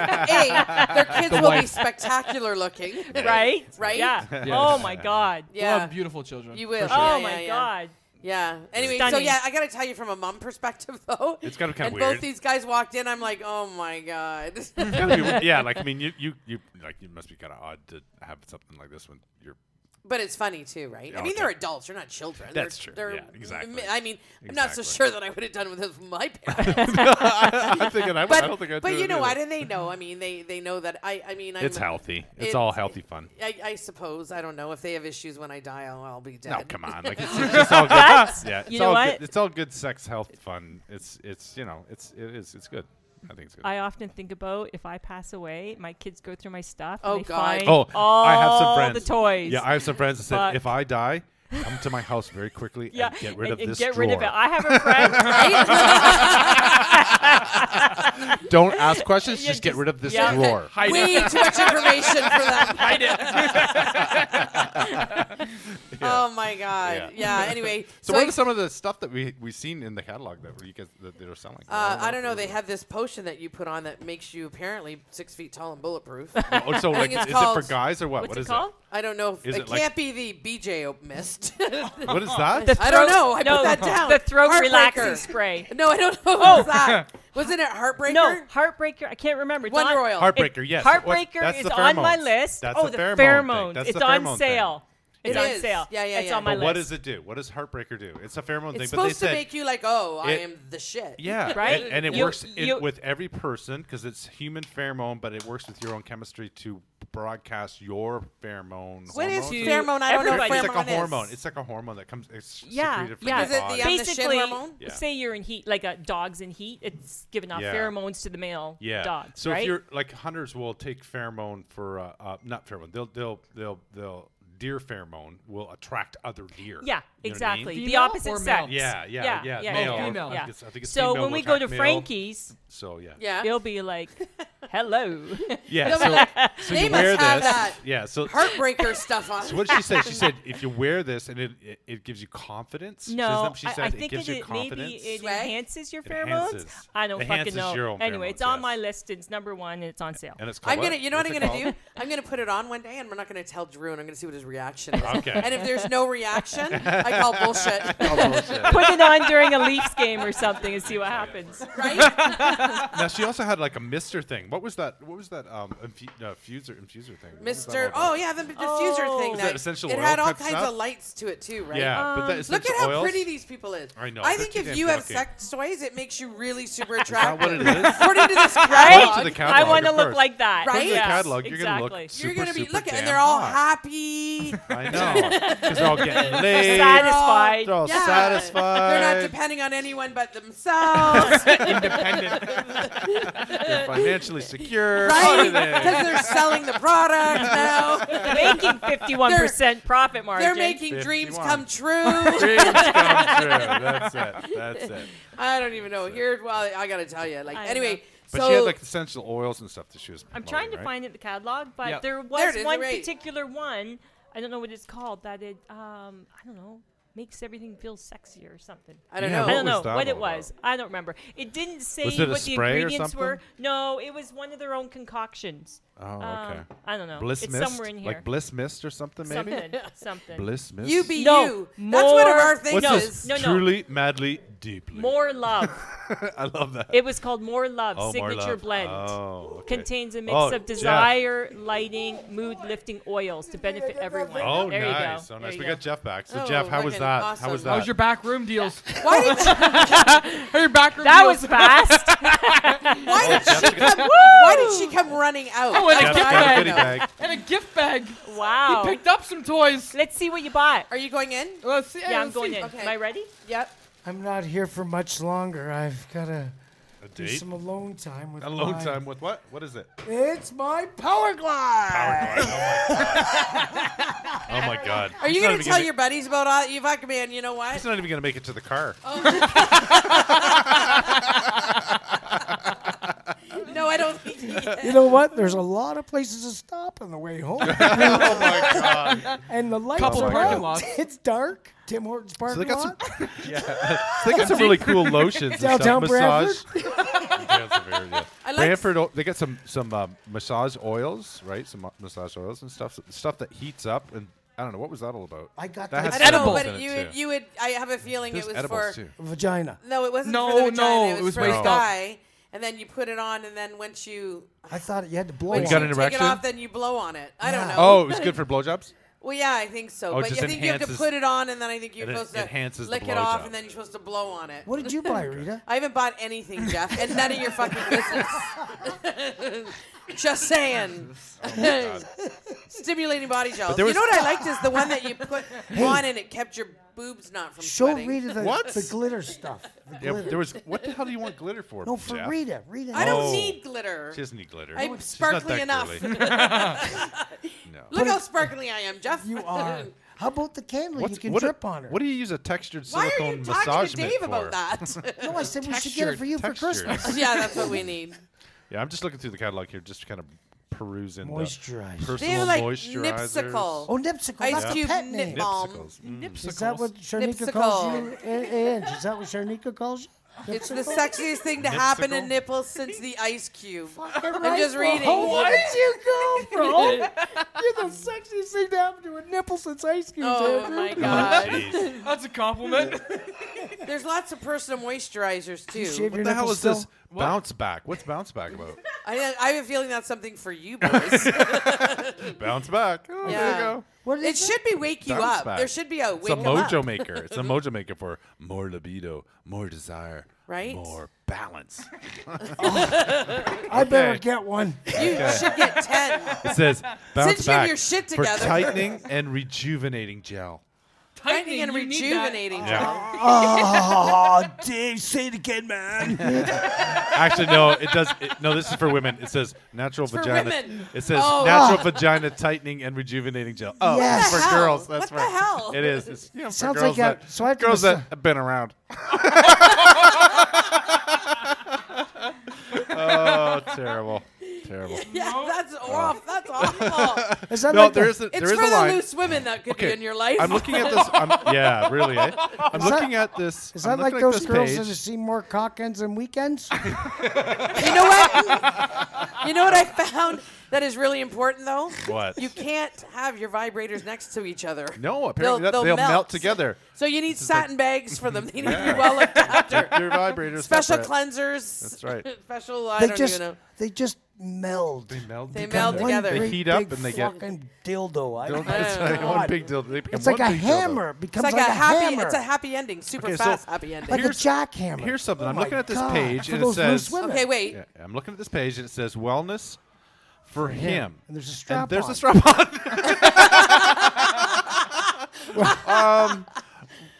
Speaker 1: their kids will be
Speaker 5: wife.
Speaker 1: spectacular looking.
Speaker 4: right?
Speaker 1: Right?
Speaker 4: Yeah.
Speaker 1: [LAUGHS]
Speaker 5: Yes.
Speaker 4: Oh my God.
Speaker 5: Yeah.
Speaker 1: Yeah.
Speaker 5: beautiful children.
Speaker 1: You will.
Speaker 5: For sure.
Speaker 4: Oh
Speaker 1: Yeah,
Speaker 4: my
Speaker 1: yeah, yeah. [LAUGHS]
Speaker 4: God.
Speaker 1: Yeah. Anyway, so
Speaker 4: Stunning.
Speaker 1: yeah, I gotta tell you from a mom perspective though.
Speaker 2: It's gotta be kinda
Speaker 1: And
Speaker 2: weird.
Speaker 1: both these guys walked in, I'm like, oh my god. [LAUGHS]
Speaker 2: Yeah, yeah, like I mean, you, you, you, like you must be kind of odd to have something like this when
Speaker 4: [LAUGHS]
Speaker 2: you're. [LAUGHS]
Speaker 1: but it's funny too, right? I
Speaker 2: Yeah,
Speaker 1: mean,
Speaker 2: Oh, okay.
Speaker 1: they're adults; they're not children.
Speaker 2: That's
Speaker 1: They're-
Speaker 2: true.
Speaker 1: they're-
Speaker 2: Yeah, exactly.
Speaker 1: I mean, I'm not so
Speaker 2: Exactly.
Speaker 1: sure that I would have done with this with
Speaker 2: [LAUGHS]
Speaker 1: my parents.
Speaker 2: I'm thinking. I,
Speaker 1: But,
Speaker 2: I don't think I.
Speaker 1: but you know what? And they know. I mean, they they know that. I I mean, I'm,
Speaker 2: It's healthy. It's
Speaker 1: It-
Speaker 2: all healthy fun.
Speaker 1: I, I suppose I don't know if they have issues when I die. I'll, I'll be dead.
Speaker 2: No, come on. Like
Speaker 4: [LAUGHS]
Speaker 2: it's, it's just all good.
Speaker 4: That's-
Speaker 2: Yeah, it's
Speaker 4: you know
Speaker 2: all
Speaker 4: what?
Speaker 2: good. It's all good sex, health, fun. It's it's you know it's it is it's good. I think it's good.
Speaker 4: I often think about if I pass away, my kids go through my stuff.
Speaker 1: Oh,
Speaker 4: and they
Speaker 1: God.
Speaker 4: Find
Speaker 2: oh,
Speaker 4: all
Speaker 2: I have some friends.
Speaker 4: the toys.
Speaker 2: Yeah, I have some friends that said,
Speaker 4: Fuck.
Speaker 2: if I die, come to my house very quickly
Speaker 4: Yeah,
Speaker 2: and get rid
Speaker 4: and-
Speaker 2: of
Speaker 4: and
Speaker 2: this
Speaker 4: get
Speaker 2: drawer.
Speaker 4: rid of it. I have a friend.
Speaker 1: [LAUGHS]
Speaker 2: [LAUGHS] Don't ask questions.
Speaker 4: [LAUGHS] Yeah,
Speaker 2: just, get
Speaker 4: just-
Speaker 2: rid of this
Speaker 4: yeah. [LAUGHS]
Speaker 2: drawer.
Speaker 1: [LAUGHS]
Speaker 5: Hide
Speaker 1: Way
Speaker 5: it.
Speaker 1: too much information for them.
Speaker 2: [LAUGHS]
Speaker 5: Hide it.
Speaker 1: Oh my god. Yeah. Anyway,
Speaker 2: [LAUGHS] So,
Speaker 1: I-
Speaker 2: what are some of the stuff that we we seen in the catalog that you guys that they're selling?
Speaker 1: Uh, I don't know. They had this potion that you put on that makes you apparently six feet tall and
Speaker 2: [LAUGHS]
Speaker 1: bulletproof.
Speaker 2: Oh, so like,
Speaker 1: think it's
Speaker 2: is it
Speaker 1: called-
Speaker 2: for guys or what?
Speaker 4: What's
Speaker 2: What
Speaker 4: it
Speaker 2: is
Speaker 4: called?
Speaker 1: I don't know. If,
Speaker 2: Is
Speaker 1: it,
Speaker 2: it like-
Speaker 1: can't be the BJ op- mist. [LAUGHS]
Speaker 2: it? [LAUGHS] What is that?
Speaker 4: The
Speaker 1: I don't
Speaker 4: throat-
Speaker 1: know. I
Speaker 4: no,
Speaker 1: put that down.
Speaker 4: The throat
Speaker 1: Heartbreaker.
Speaker 4: relaxing spray.
Speaker 1: No, I don't know. [LAUGHS] Oh. that. Wasn't it Heartbreaker?
Speaker 4: No, Heartbreaker. I can't remember. It's
Speaker 1: Wonder
Speaker 4: on-
Speaker 1: Oil.
Speaker 2: Heartbreaker,
Speaker 4: it-
Speaker 2: yes. What-
Speaker 4: Heartbreaker
Speaker 2: that's
Speaker 4: is
Speaker 2: the
Speaker 4: on my
Speaker 2: pheromones.
Speaker 4: list.
Speaker 2: That's
Speaker 4: oh,
Speaker 2: the
Speaker 4: the
Speaker 2: pheromone
Speaker 4: pheromones.
Speaker 2: thing. That's
Speaker 4: it's
Speaker 2: the
Speaker 4: on
Speaker 2: pheromone thing.
Speaker 4: sale.
Speaker 1: It
Speaker 4: It's on
Speaker 1: is.
Speaker 4: sale.
Speaker 1: Yeah, yeah,
Speaker 4: It's
Speaker 1: yeah.
Speaker 4: on my
Speaker 2: But
Speaker 4: list.
Speaker 2: what does it do? What does Heartbreaker do? It's a pheromone thing.
Speaker 1: It's
Speaker 2: but they
Speaker 1: supposed
Speaker 2: said,
Speaker 1: to make you like, oh, I
Speaker 2: It-
Speaker 1: am the shit.
Speaker 2: Yeah,
Speaker 4: Right?
Speaker 2: And, and it
Speaker 4: You-
Speaker 2: works in,
Speaker 4: you-
Speaker 2: with every person because it's human pheromone, but it works with your own chemistry to broadcast your pheromone.
Speaker 1: What is
Speaker 2: hormones.
Speaker 1: pheromone? I don't know what
Speaker 4: Everybody.
Speaker 2: It's
Speaker 1: pheromone
Speaker 2: like a hormone.
Speaker 1: is.
Speaker 2: It's like a hormone that comes. It's
Speaker 4: Yeah,
Speaker 2: secreted from
Speaker 4: yeah.
Speaker 2: your
Speaker 4: Is it
Speaker 1: the,
Speaker 2: body.
Speaker 1: um, shit
Speaker 4: Basically,
Speaker 1: hormone?
Speaker 2: Yeah.
Speaker 4: say you're in heat, like a dog's in heat. It's giving off
Speaker 2: Yeah.
Speaker 4: pheromones to the male
Speaker 2: yeah.
Speaker 4: dog.
Speaker 2: so
Speaker 4: right?
Speaker 2: if you're like hunters will take pheromone for uh, uh not pheromone. They'll they'll they'll they'll deer pheromone will attract other deer. You know
Speaker 4: yeah,
Speaker 2: what I mean?
Speaker 4: exactly. The
Speaker 5: Female or
Speaker 4: opposite sex.
Speaker 5: male?
Speaker 2: Yeah, yeah, yeah.
Speaker 4: Yeah, yeah,
Speaker 2: male.
Speaker 4: yeah.
Speaker 2: or-
Speaker 5: Female.
Speaker 2: I
Speaker 4: Yeah.
Speaker 2: think it's- I think it's
Speaker 4: so
Speaker 2: female
Speaker 4: when we
Speaker 2: will
Speaker 4: go to
Speaker 2: attract male.
Speaker 4: Frankie's,
Speaker 2: so yeah,
Speaker 1: Yeah.
Speaker 4: it'll be
Speaker 1: [LAUGHS]
Speaker 4: like, "Hello."
Speaker 2: yeah.
Speaker 1: No,
Speaker 2: So,
Speaker 1: but
Speaker 2: so
Speaker 1: they
Speaker 2: you
Speaker 1: must
Speaker 2: wear
Speaker 1: have
Speaker 2: this.
Speaker 1: that
Speaker 2: Yeah.
Speaker 1: [LAUGHS]
Speaker 2: So
Speaker 4: [LAUGHS]
Speaker 1: Heartbreaker stuff on.
Speaker 2: So what did she say? She said
Speaker 1: [LAUGHS]
Speaker 2: if you wear this and it it, it gives you confidence. She
Speaker 4: No,
Speaker 2: said- she
Speaker 4: I-
Speaker 2: said
Speaker 4: I, think
Speaker 2: gives
Speaker 4: it,
Speaker 2: you
Speaker 4: it maybe
Speaker 2: confidence.
Speaker 4: it
Speaker 1: Swag?
Speaker 4: enhances your
Speaker 2: It
Speaker 4: pheromones.
Speaker 2: enhances-
Speaker 4: I don't
Speaker 2: enhances
Speaker 4: fucking know.
Speaker 2: your own
Speaker 4: anyway, it's
Speaker 2: pheromones,
Speaker 4: on my
Speaker 2: yes.
Speaker 4: list. It's number one, and it's on sale.
Speaker 2: and it's called
Speaker 1: I'm gonna,
Speaker 2: what?
Speaker 1: you know what I'm
Speaker 2: What's
Speaker 1: gonna
Speaker 2: it
Speaker 1: do? I'm gonna put it on one day, and we're not gonna tell Drew, and I'm gonna see what his reaction is.
Speaker 2: Okay.
Speaker 1: And if there's no reaction, I call bullshit.
Speaker 2: [LAUGHS] called? Oh, bullshit.
Speaker 4: [LAUGHS] Put it on during a
Speaker 2: [LAUGHS]
Speaker 4: Leafs game or something and see what happens.
Speaker 1: right? [LAUGHS]
Speaker 2: now she also had like a Mister thing. What was that? What was that? Um, infu- uh, fuser, infuser thing. What was that
Speaker 1: Mister.
Speaker 2: all
Speaker 1: Oh
Speaker 2: about?
Speaker 1: yeah, the diffuser
Speaker 4: Oh.
Speaker 1: thing.
Speaker 4: Is
Speaker 2: that
Speaker 1: that-
Speaker 2: essential
Speaker 1: It
Speaker 2: oil
Speaker 1: had all
Speaker 2: type
Speaker 1: kinds
Speaker 2: stuff?
Speaker 1: of lights to it too, right? Um,
Speaker 2: yeah. but that
Speaker 1: Look
Speaker 2: essential
Speaker 1: at how
Speaker 2: oils?
Speaker 1: pretty these people is.
Speaker 2: I know,
Speaker 1: I
Speaker 2: they're
Speaker 1: think
Speaker 2: too
Speaker 1: if
Speaker 2: damn
Speaker 1: you have
Speaker 2: funky.
Speaker 1: sex toys, it makes you really super
Speaker 2: that
Speaker 1: attractive.
Speaker 2: what it is?
Speaker 1: According to this
Speaker 4: Right?
Speaker 1: catalog,
Speaker 2: to the
Speaker 4: I
Speaker 2: catalog,
Speaker 4: want to
Speaker 2: of
Speaker 4: look
Speaker 2: course.
Speaker 4: like that.
Speaker 1: Right? Go to the
Speaker 4: Yes,
Speaker 2: catalog, you're gonna look
Speaker 4: exactly.
Speaker 1: you're
Speaker 2: Super,
Speaker 1: gonna be
Speaker 2: super
Speaker 1: look at,
Speaker 2: damn
Speaker 1: and they're all
Speaker 2: hot.
Speaker 1: happy. [LAUGHS]
Speaker 2: I know because they're all getting
Speaker 4: You're
Speaker 2: laid.
Speaker 4: satisfied.
Speaker 2: They're [LAUGHS] all
Speaker 1: Yeah.
Speaker 2: satisfied.
Speaker 1: They're not depending on anyone but
Speaker 2: [LAUGHS]
Speaker 1: themselves,
Speaker 5: Independent.
Speaker 1: [LAUGHS]
Speaker 2: They're financially secure.
Speaker 1: right? [LAUGHS]
Speaker 2: Look at
Speaker 1: Because they're selling the
Speaker 2: [LAUGHS]
Speaker 1: product now.
Speaker 4: making 51% profit margin.
Speaker 1: They're making dreams
Speaker 2: 51.
Speaker 1: come true.
Speaker 2: [LAUGHS] this. Dreams come true. That's it. That's it.
Speaker 1: [LAUGHS] I don't even know. Here, well, I gotta tell you. Like,
Speaker 4: I
Speaker 1: anyway,
Speaker 4: know.
Speaker 2: But
Speaker 1: so
Speaker 2: she had like essential oils and stuff that she was.
Speaker 4: I'm trying
Speaker 2: promoting,
Speaker 4: to
Speaker 2: right?
Speaker 4: find it in the catalog, but
Speaker 5: Yeah.
Speaker 4: there
Speaker 1: There
Speaker 4: was
Speaker 1: it is,
Speaker 4: one
Speaker 1: right.
Speaker 4: particular one. I don't know what it's called. That it, um, I don't know, makes everything feel sexier or something.
Speaker 1: I don't
Speaker 2: Yeah,
Speaker 1: know.
Speaker 4: I don't
Speaker 2: was
Speaker 4: know
Speaker 2: that
Speaker 4: what it
Speaker 2: all about?
Speaker 4: was. I don't remember. It didn't say
Speaker 2: Was it a
Speaker 4: what the
Speaker 2: spray or
Speaker 4: ingredients were.
Speaker 2: something?
Speaker 4: No, it was one of their own concoctions.
Speaker 2: Oh,
Speaker 4: Um,
Speaker 2: okay.
Speaker 4: I don't know.
Speaker 2: Bliss
Speaker 4: it's
Speaker 2: mist,
Speaker 4: somewhere in here.
Speaker 2: like bliss mist or something, maybe.
Speaker 4: something. something.
Speaker 2: Bliss mist.
Speaker 1: You be
Speaker 4: No,
Speaker 1: you. That's one of
Speaker 4: more-
Speaker 1: our things.
Speaker 2: What's
Speaker 4: No,
Speaker 2: this?
Speaker 4: no, no.
Speaker 2: Truly, madly, deeply.
Speaker 4: More love.
Speaker 2: [LAUGHS] I love that.
Speaker 4: It was called More Love
Speaker 2: oh, more
Speaker 4: Signature
Speaker 2: love.
Speaker 4: Blend.
Speaker 2: Oh, okay.
Speaker 4: Contains a mix
Speaker 2: Oh,
Speaker 4: of
Speaker 2: Jeff.
Speaker 4: desire, lighting, mood lifting oils to benefit everyone.
Speaker 2: Oh,
Speaker 4: there
Speaker 2: nice.
Speaker 4: You go.
Speaker 2: Oh, nice.
Speaker 4: There
Speaker 2: We
Speaker 4: you
Speaker 2: got Jeff back. So,
Speaker 1: Oh,
Speaker 2: Jeff, how was
Speaker 1: fucking
Speaker 2: that? How
Speaker 1: awesome.
Speaker 2: was that?
Speaker 5: [LAUGHS] How's your backroom deals?
Speaker 1: Why did,
Speaker 5: How are your backroom
Speaker 4: That
Speaker 5: deals?
Speaker 4: was fast.
Speaker 2: [LAUGHS]
Speaker 1: why did
Speaker 2: Jeff's
Speaker 1: she
Speaker 2: got-
Speaker 1: come? why did she come running out?
Speaker 5: Oh, and a
Speaker 2: Jeff's
Speaker 5: gift
Speaker 1: That's what
Speaker 2: got a
Speaker 1: I
Speaker 5: bag.
Speaker 2: goodie
Speaker 1: wanna know.
Speaker 4: [LAUGHS]
Speaker 2: bag.
Speaker 5: and a gift bag. He
Speaker 4: wow.
Speaker 5: picked up some toys.
Speaker 4: Let's see what you bought.
Speaker 1: Are you going in?
Speaker 5: Let's see.
Speaker 4: Yeah, I'm
Speaker 5: let's
Speaker 4: going
Speaker 5: see.
Speaker 4: in.
Speaker 1: Okay.
Speaker 4: Am I ready?
Speaker 1: Yep.
Speaker 3: I'm not here for much longer. I've got to
Speaker 2: A
Speaker 3: do
Speaker 2: date?
Speaker 3: some alone time with
Speaker 2: A long
Speaker 3: my-
Speaker 2: time with what? What is
Speaker 4: [LAUGHS]
Speaker 2: it?
Speaker 3: It's my power glide.
Speaker 4: [LAUGHS]
Speaker 2: Oh, my God.
Speaker 1: Are you going to tell your buddies about all that? You fucking man, you know
Speaker 2: He's
Speaker 1: what?
Speaker 2: not even going to make it to the car.
Speaker 1: No, I don't think he is.
Speaker 3: You know what? There's a lot of places to stop on the way
Speaker 2: [LAUGHS]
Speaker 3: home.
Speaker 2: Oh, my God.
Speaker 3: and the lights
Speaker 5: Couple
Speaker 3: are
Speaker 2: parking
Speaker 3: out.
Speaker 5: lots.
Speaker 3: It's dark. Tim Hortons
Speaker 2: So they
Speaker 3: parking
Speaker 2: got some.
Speaker 3: lot.
Speaker 2: [LAUGHS]
Speaker 1: [LAUGHS]
Speaker 2: yeah, they got some really cool lotions. and stuff.
Speaker 3: Downtown
Speaker 2: massage.
Speaker 3: [LAUGHS]
Speaker 2: Branford, yeah.
Speaker 1: I like-
Speaker 2: Branford, o- they got some some um, massage oils, right? Some uh, massage oils and stuff, stuff that heats up. And I don't know what was that all about.
Speaker 3: I got
Speaker 2: That
Speaker 3: that
Speaker 1: I
Speaker 2: has
Speaker 1: don't know,
Speaker 2: edibles
Speaker 1: but
Speaker 2: in it
Speaker 1: you
Speaker 2: too.
Speaker 1: would, you would. I have a feeling
Speaker 2: There's
Speaker 1: it was for.
Speaker 2: edibles too.
Speaker 3: vagina.
Speaker 1: No, it wasn't
Speaker 5: No,
Speaker 1: for the vagina.
Speaker 5: no,
Speaker 1: it was,
Speaker 5: it was
Speaker 1: for
Speaker 5: waist
Speaker 1: a
Speaker 5: up.
Speaker 1: guy. And then you put it on, and then once you
Speaker 3: I thought you had to blow
Speaker 1: once
Speaker 2: Oh, you got
Speaker 3: on it.
Speaker 2: an
Speaker 1: you take it
Speaker 2: erection?
Speaker 1: off, then you blow on it. I don't know.
Speaker 3: Yeah.
Speaker 2: Oh, it was good for blowjobs.
Speaker 1: Well, yeah, I think so.
Speaker 2: Oh, it
Speaker 1: but
Speaker 2: just
Speaker 1: I think you have to
Speaker 2: enhances-
Speaker 1: put it on, and then I think you're
Speaker 2: It en-
Speaker 1: supposed to
Speaker 2: enhances the
Speaker 1: lick it off,
Speaker 2: blowjob.
Speaker 1: and then you're supposed to blow on it.
Speaker 3: What
Speaker 1: [LAUGHS]
Speaker 3: did you buy, Rita?
Speaker 1: I haven't bought anything, Jeff, and none of your fucking business. [LAUGHS] Just
Speaker 2: [LAUGHS]
Speaker 1: saying. Stimulating body gels.
Speaker 2: there
Speaker 1: You
Speaker 2: was-
Speaker 1: know what I liked is the one that you
Speaker 2: [LAUGHS]
Speaker 1: put on and it kept your boobs not from
Speaker 3: Show
Speaker 1: sweating.
Speaker 3: Rita the,
Speaker 2: What?
Speaker 3: the glitter stuff. The
Speaker 2: Yeah,
Speaker 3: glitter.
Speaker 2: there was. What the hell do you want glitter for?
Speaker 3: no, for
Speaker 2: Jeff?
Speaker 3: Rita. Rita.
Speaker 1: I don't
Speaker 2: Oh.
Speaker 1: need glitter.
Speaker 2: She doesn't need glitter.
Speaker 1: I'm
Speaker 2: She's not
Speaker 1: sparkly
Speaker 2: that
Speaker 1: enough.
Speaker 2: girly. no.
Speaker 1: [LAUGHS] Look how sparkly I am, Jeff. [LAUGHS]
Speaker 3: You are. How about the candle?
Speaker 2: What's-
Speaker 3: you can
Speaker 2: what,
Speaker 3: drip on her.
Speaker 2: What do you use a textured
Speaker 1: Why
Speaker 2: silicone
Speaker 1: are you talking
Speaker 2: massage
Speaker 1: to
Speaker 2: mitt
Speaker 1: Dave
Speaker 2: for?
Speaker 1: about that?
Speaker 2: [LAUGHS]
Speaker 1: [LAUGHS]
Speaker 3: no, Oh, I said we should get it
Speaker 2: Textured-
Speaker 3: for you for
Speaker 2: textured.
Speaker 3: Christmas.
Speaker 1: yeah, that's what we need.
Speaker 2: Yeah, I'm just looking through the catalog here, just to kind of peruse in
Speaker 3: Moisturize.
Speaker 2: The
Speaker 1: They
Speaker 2: personal
Speaker 1: have like
Speaker 2: moisturizers.
Speaker 1: Nipsicle.
Speaker 3: Oh, Nipsicle.
Speaker 1: Ice
Speaker 3: That's
Speaker 1: cube
Speaker 3: the pet
Speaker 1: nip
Speaker 3: name.
Speaker 1: balm.
Speaker 2: Nipsicles. Mm.
Speaker 3: Is that what Sharnika
Speaker 1: Nipsicle.
Speaker 3: calls you? A- Ange, is that what Sharnika calls you?
Speaker 1: It's the sexiest thing to happen to
Speaker 2: Nipsicle?
Speaker 1: nipples since the ice cube.
Speaker 3: I'm
Speaker 1: just reading.
Speaker 3: Oh, where did you
Speaker 1: [LAUGHS]
Speaker 3: go, bro? You're the sexiest thing to happen to a nipple since ice cream.
Speaker 1: Oh
Speaker 3: Andrew.
Speaker 1: my god.
Speaker 2: Jeez.
Speaker 5: That's a compliment.
Speaker 1: There's lots of personal moisturizers
Speaker 3: Shave
Speaker 1: too.
Speaker 3: your
Speaker 2: What the hell
Speaker 3: nipple
Speaker 2: is this
Speaker 3: still?
Speaker 2: bounce back? What's bounce
Speaker 1: [LAUGHS]
Speaker 2: back about?
Speaker 1: I, I have a feeling that's something for
Speaker 2: [LAUGHS]
Speaker 1: you boys.
Speaker 2: bounce back. Oh, There
Speaker 1: Yeah.
Speaker 2: you go.
Speaker 3: What is
Speaker 1: it should be wake you
Speaker 2: Bounce
Speaker 1: up.
Speaker 2: back.
Speaker 1: There should be a
Speaker 2: It's
Speaker 1: wake
Speaker 2: a
Speaker 1: you up.
Speaker 2: mojo maker.
Speaker 1: [LAUGHS]
Speaker 2: It's a mojo maker for more libido, more desire,
Speaker 1: Right?
Speaker 2: More balance.
Speaker 3: I better
Speaker 2: Okay.
Speaker 3: get one.
Speaker 2: [LAUGHS]
Speaker 1: You should get ten.
Speaker 2: It says
Speaker 1: [LAUGHS]
Speaker 2: bounce
Speaker 1: Since you have
Speaker 2: back
Speaker 1: your shit
Speaker 2: for
Speaker 1: together.
Speaker 2: tightening and rejuvenating gel.
Speaker 1: Tightening and
Speaker 5: you need that.
Speaker 1: rejuvenating.
Speaker 2: Yeah.
Speaker 3: oh, Dave, say it again, man.
Speaker 2: [LAUGHS] Actually, no, it does. It, no, this is for women. It says natural
Speaker 1: for
Speaker 2: vagina.
Speaker 1: women.
Speaker 2: It says
Speaker 1: Oh.
Speaker 2: natural vagina tightening and rejuvenating gel. Oh,
Speaker 3: Yes.
Speaker 2: it's
Speaker 1: What
Speaker 2: for
Speaker 1: the hell?
Speaker 2: girls. That's
Speaker 1: What the
Speaker 2: right.
Speaker 1: hell?
Speaker 2: It is. It's, you know, for
Speaker 3: Sounds
Speaker 2: girls
Speaker 3: like a-
Speaker 2: that,
Speaker 3: so I have to
Speaker 2: girls
Speaker 3: massage-
Speaker 2: that have
Speaker 1: [LAUGHS]
Speaker 2: been around. [LAUGHS] oh, terrible, terrible.
Speaker 1: [LAUGHS] Yeah, that's off.
Speaker 2: [LAUGHS]
Speaker 1: That's awful.
Speaker 3: Is that
Speaker 2: No,
Speaker 3: like
Speaker 2: there
Speaker 3: the-
Speaker 2: is a,
Speaker 1: It's
Speaker 2: there is
Speaker 1: for
Speaker 2: a
Speaker 1: the
Speaker 2: line.
Speaker 1: loose women that could
Speaker 2: Okay,
Speaker 1: be in your life.
Speaker 2: I'm looking at this. I'm, yeah, really. Eh? I'm
Speaker 3: that-
Speaker 2: looking at this.
Speaker 3: Is
Speaker 2: I'm
Speaker 3: that like
Speaker 2: looking at
Speaker 3: those
Speaker 2: this
Speaker 3: girls
Speaker 2: page.
Speaker 3: that have seen more cock ends and weekends?
Speaker 1: You know what?
Speaker 2: [LAUGHS]
Speaker 1: you know what I found that is really important though?
Speaker 2: What?
Speaker 1: You can't have your vibrators next to each other.
Speaker 2: no, apparently that- melt. together.
Speaker 1: So you need satin bags for
Speaker 2: [LAUGHS]
Speaker 1: them. They need to be well looked after.
Speaker 2: Your vibrators.
Speaker 1: Special
Speaker 2: separate.
Speaker 1: cleansers.
Speaker 2: That's right.
Speaker 1: [LAUGHS] Special, I
Speaker 3: they
Speaker 1: don't
Speaker 3: just
Speaker 1: even know.
Speaker 3: they just meld.
Speaker 2: They meld
Speaker 1: They
Speaker 2: together.
Speaker 1: meld together.
Speaker 2: They
Speaker 1: Great
Speaker 2: heat up
Speaker 3: big
Speaker 2: and they get.
Speaker 3: fucking dildo. I
Speaker 2: Dildo- [LAUGHS] It's like one big dildo. They become
Speaker 3: It's like
Speaker 2: one
Speaker 3: a
Speaker 2: big dildo.
Speaker 3: hammer. It
Speaker 1: It's
Speaker 3: Becomes
Speaker 1: like,
Speaker 3: like
Speaker 1: a, happy.
Speaker 3: hammer.
Speaker 1: It's a happy ending. Super
Speaker 2: Okay, so
Speaker 1: fast happy ending.
Speaker 3: like a
Speaker 2: Here's-
Speaker 3: jackhammer.
Speaker 2: Here's something. I'm
Speaker 3: Oh my
Speaker 2: looking at this
Speaker 3: God,
Speaker 2: page
Speaker 3: for
Speaker 2: and it
Speaker 3: those loose
Speaker 2: says.
Speaker 3: women.
Speaker 1: okay, wait.
Speaker 2: Yeah, I'm looking at this page and it says wellness for him.
Speaker 3: And there's a strap
Speaker 2: And there's
Speaker 3: on.
Speaker 2: a strap on.
Speaker 3: [LAUGHS]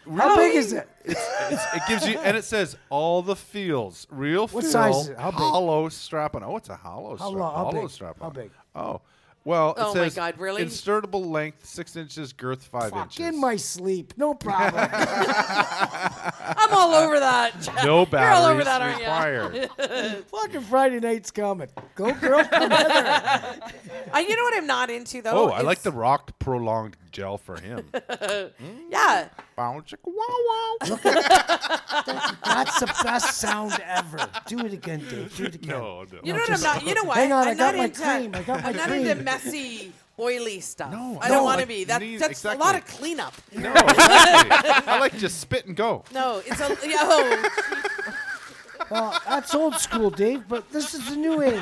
Speaker 3: How
Speaker 1: Oh,
Speaker 3: big is it?
Speaker 2: It's, Um, it gives you, and it says all the feels, real
Speaker 3: What
Speaker 2: feel,
Speaker 3: size is it? How big?
Speaker 2: hollow strap on. Oh, it's a hollow strap.
Speaker 3: long- how
Speaker 2: hollow
Speaker 3: big?
Speaker 2: strap on.
Speaker 3: How big?
Speaker 2: Oh, well, it
Speaker 1: Oh my
Speaker 2: says
Speaker 1: God, really?
Speaker 2: insertable length, six inches, girth five
Speaker 3: Fuck
Speaker 2: inches.
Speaker 3: in my sleep. No problem.
Speaker 1: I'm all over
Speaker 2: [LAUGHS]
Speaker 1: that. [LAUGHS] Jeff.
Speaker 2: no
Speaker 1: You're all over
Speaker 2: batteries
Speaker 1: that, aren't you?
Speaker 2: [LAUGHS] required.
Speaker 3: Fucking Friday night's coming. Go, girl. Come on.
Speaker 1: Uh, you know what I'm not into though?
Speaker 2: oh, I like
Speaker 1: It's-
Speaker 2: the rock prolonged gel for [LAUGHS] him.
Speaker 1: Yeah.
Speaker 2: Bow, chicka, wow, wow.
Speaker 3: That's the best sound ever. Do it again, Dave. Do it again.
Speaker 2: No, no.
Speaker 1: You know what I'm not. You know what?
Speaker 3: Hang on, I
Speaker 1: I'm
Speaker 3: got
Speaker 1: not
Speaker 3: my
Speaker 1: into,
Speaker 3: cream. I got my
Speaker 1: am not
Speaker 3: cream.
Speaker 1: into messy, oily stuff.
Speaker 2: No,
Speaker 1: I don't
Speaker 2: no,
Speaker 1: want to
Speaker 2: like,
Speaker 1: be.
Speaker 2: you
Speaker 1: That,
Speaker 2: need-
Speaker 1: that's a lot of
Speaker 2: exactly.
Speaker 1: cleanup.
Speaker 2: No, exactly. I like just spit and go.
Speaker 1: No, it's a yeah, oh,
Speaker 3: Well, that's old school, Dave, but this is the
Speaker 2: [LAUGHS]
Speaker 3: new age.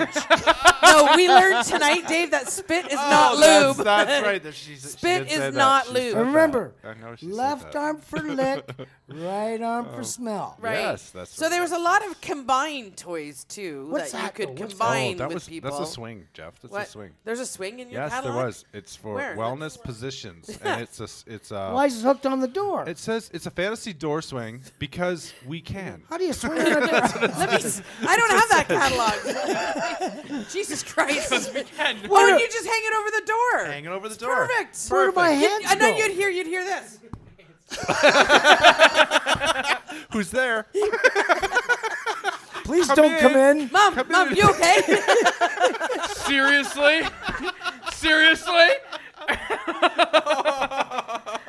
Speaker 1: no. We learned tonight, Dave, that spit is not
Speaker 2: Oh, That's,
Speaker 1: lube.
Speaker 2: that's right. [LAUGHS] That she's, she
Speaker 1: Spit
Speaker 2: did
Speaker 1: is
Speaker 2: say that.
Speaker 1: not
Speaker 2: She
Speaker 1: lube.
Speaker 2: said that.
Speaker 3: Remember,
Speaker 2: I know she said
Speaker 3: left
Speaker 2: that.
Speaker 3: arm
Speaker 2: [LAUGHS]
Speaker 3: for lick, right arm for smell.
Speaker 1: Right.
Speaker 2: Yes, that's
Speaker 1: so.
Speaker 2: right.
Speaker 1: There was a lot of combined toys too
Speaker 3: What's
Speaker 1: that you
Speaker 3: that, though?
Speaker 1: could
Speaker 3: What's that?
Speaker 1: combine
Speaker 2: oh, that
Speaker 1: with
Speaker 2: was,
Speaker 1: people.
Speaker 2: That's a swing, Jeff. That's
Speaker 1: What?
Speaker 2: a swing.
Speaker 1: There's a swing in your
Speaker 2: Yes,
Speaker 1: catalog.
Speaker 2: there was. It's for
Speaker 1: Where?
Speaker 2: wellness
Speaker 1: [LAUGHS]
Speaker 2: positions, and it's a s- it's a.
Speaker 3: Why is it hooked on the door?
Speaker 2: It says it's a fantasy door swing because we can.
Speaker 1: [LAUGHS]
Speaker 3: How do you
Speaker 2: [LAUGHS]
Speaker 3: swing on a door?
Speaker 1: Let me. s- I don't have that catalog. [LAUGHS] Jesus Christ!
Speaker 5: Again.
Speaker 1: Why don't you just hang it over the door?
Speaker 2: Hanging over the door.
Speaker 1: Perfect.
Speaker 3: Where do my
Speaker 1: You-
Speaker 3: hands
Speaker 1: I know
Speaker 3: go?
Speaker 1: you'd hear. You'd hear this.
Speaker 2: Who's there?
Speaker 3: Please don't come in.
Speaker 1: Mom, mom, you okay? [LAUGHS]
Speaker 5: Seriously? Seriously?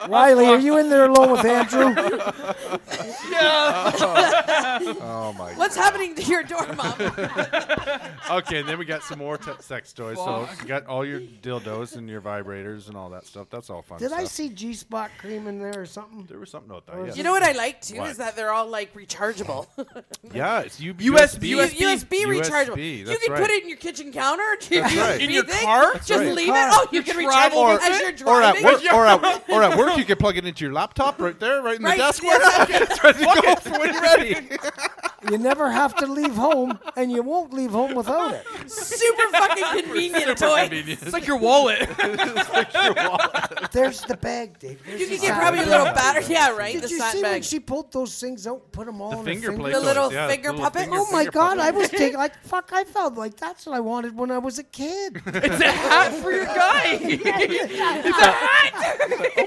Speaker 3: Riley, are you in there alone
Speaker 2: [LAUGHS]
Speaker 3: with Andrew?
Speaker 5: Yeah.
Speaker 2: Oh my.
Speaker 1: What's happening to your door, mom?
Speaker 2: [LAUGHS] Okay, and then we got some more t- sex toys. So you got all your dildos and your vibrators and all that stuff. That's all fun.
Speaker 3: Did I
Speaker 2: stuff.
Speaker 3: see G spot cream in there or something?
Speaker 2: There was something out there. Yes.
Speaker 1: You know what I like too
Speaker 2: What?
Speaker 1: is that they're all like rechargeable. [LAUGHS]
Speaker 2: yeah, it's U-
Speaker 5: USB.
Speaker 1: U-
Speaker 5: USB.
Speaker 1: USB, rechargeable.
Speaker 2: USB,
Speaker 1: you
Speaker 2: that's
Speaker 1: can put
Speaker 2: right.
Speaker 1: it in your kitchen counter. You
Speaker 2: That's
Speaker 1: can use
Speaker 2: right.
Speaker 5: In your
Speaker 1: anything,
Speaker 5: car?
Speaker 1: Just
Speaker 2: That's right.
Speaker 1: leave
Speaker 3: Your
Speaker 1: it.
Speaker 3: car.
Speaker 1: Oh, you can
Speaker 5: Your
Speaker 1: recharge
Speaker 5: travel
Speaker 1: it as
Speaker 5: kit?
Speaker 1: you're
Speaker 2: Or
Speaker 1: driving.
Speaker 2: at work,
Speaker 1: [LAUGHS]
Speaker 2: or at, or at work, you can plug it into your laptop right there, right in
Speaker 1: Right,
Speaker 2: the desk.
Speaker 1: yes,
Speaker 2: [LAUGHS] it's ready to go for when you're ready.
Speaker 3: You never have to leave home, and you won't leave home without it.
Speaker 1: Super fucking convenient toy.
Speaker 5: It's like your wallet.
Speaker 3: There's the bag, Dave. There's
Speaker 1: You
Speaker 3: the
Speaker 1: can get
Speaker 3: sack.
Speaker 1: probably a little batter. Yeah, right.
Speaker 3: Did
Speaker 1: the
Speaker 3: you
Speaker 1: sack
Speaker 3: see when
Speaker 1: bag.
Speaker 3: she pulled those things out, and put them all
Speaker 2: The
Speaker 3: in
Speaker 2: finger
Speaker 3: her
Speaker 2: play
Speaker 1: The
Speaker 2: toys,
Speaker 1: little
Speaker 2: yeah,
Speaker 1: finger puppet?
Speaker 2: finger-
Speaker 3: Oh my
Speaker 2: finger
Speaker 3: God! I
Speaker 2: puppet. [LAUGHS]
Speaker 3: was taking like fuck. I felt like that's what I wanted when I was
Speaker 1: [LAUGHS]
Speaker 3: a kid.
Speaker 5: it's a hat for your guy.
Speaker 2: oh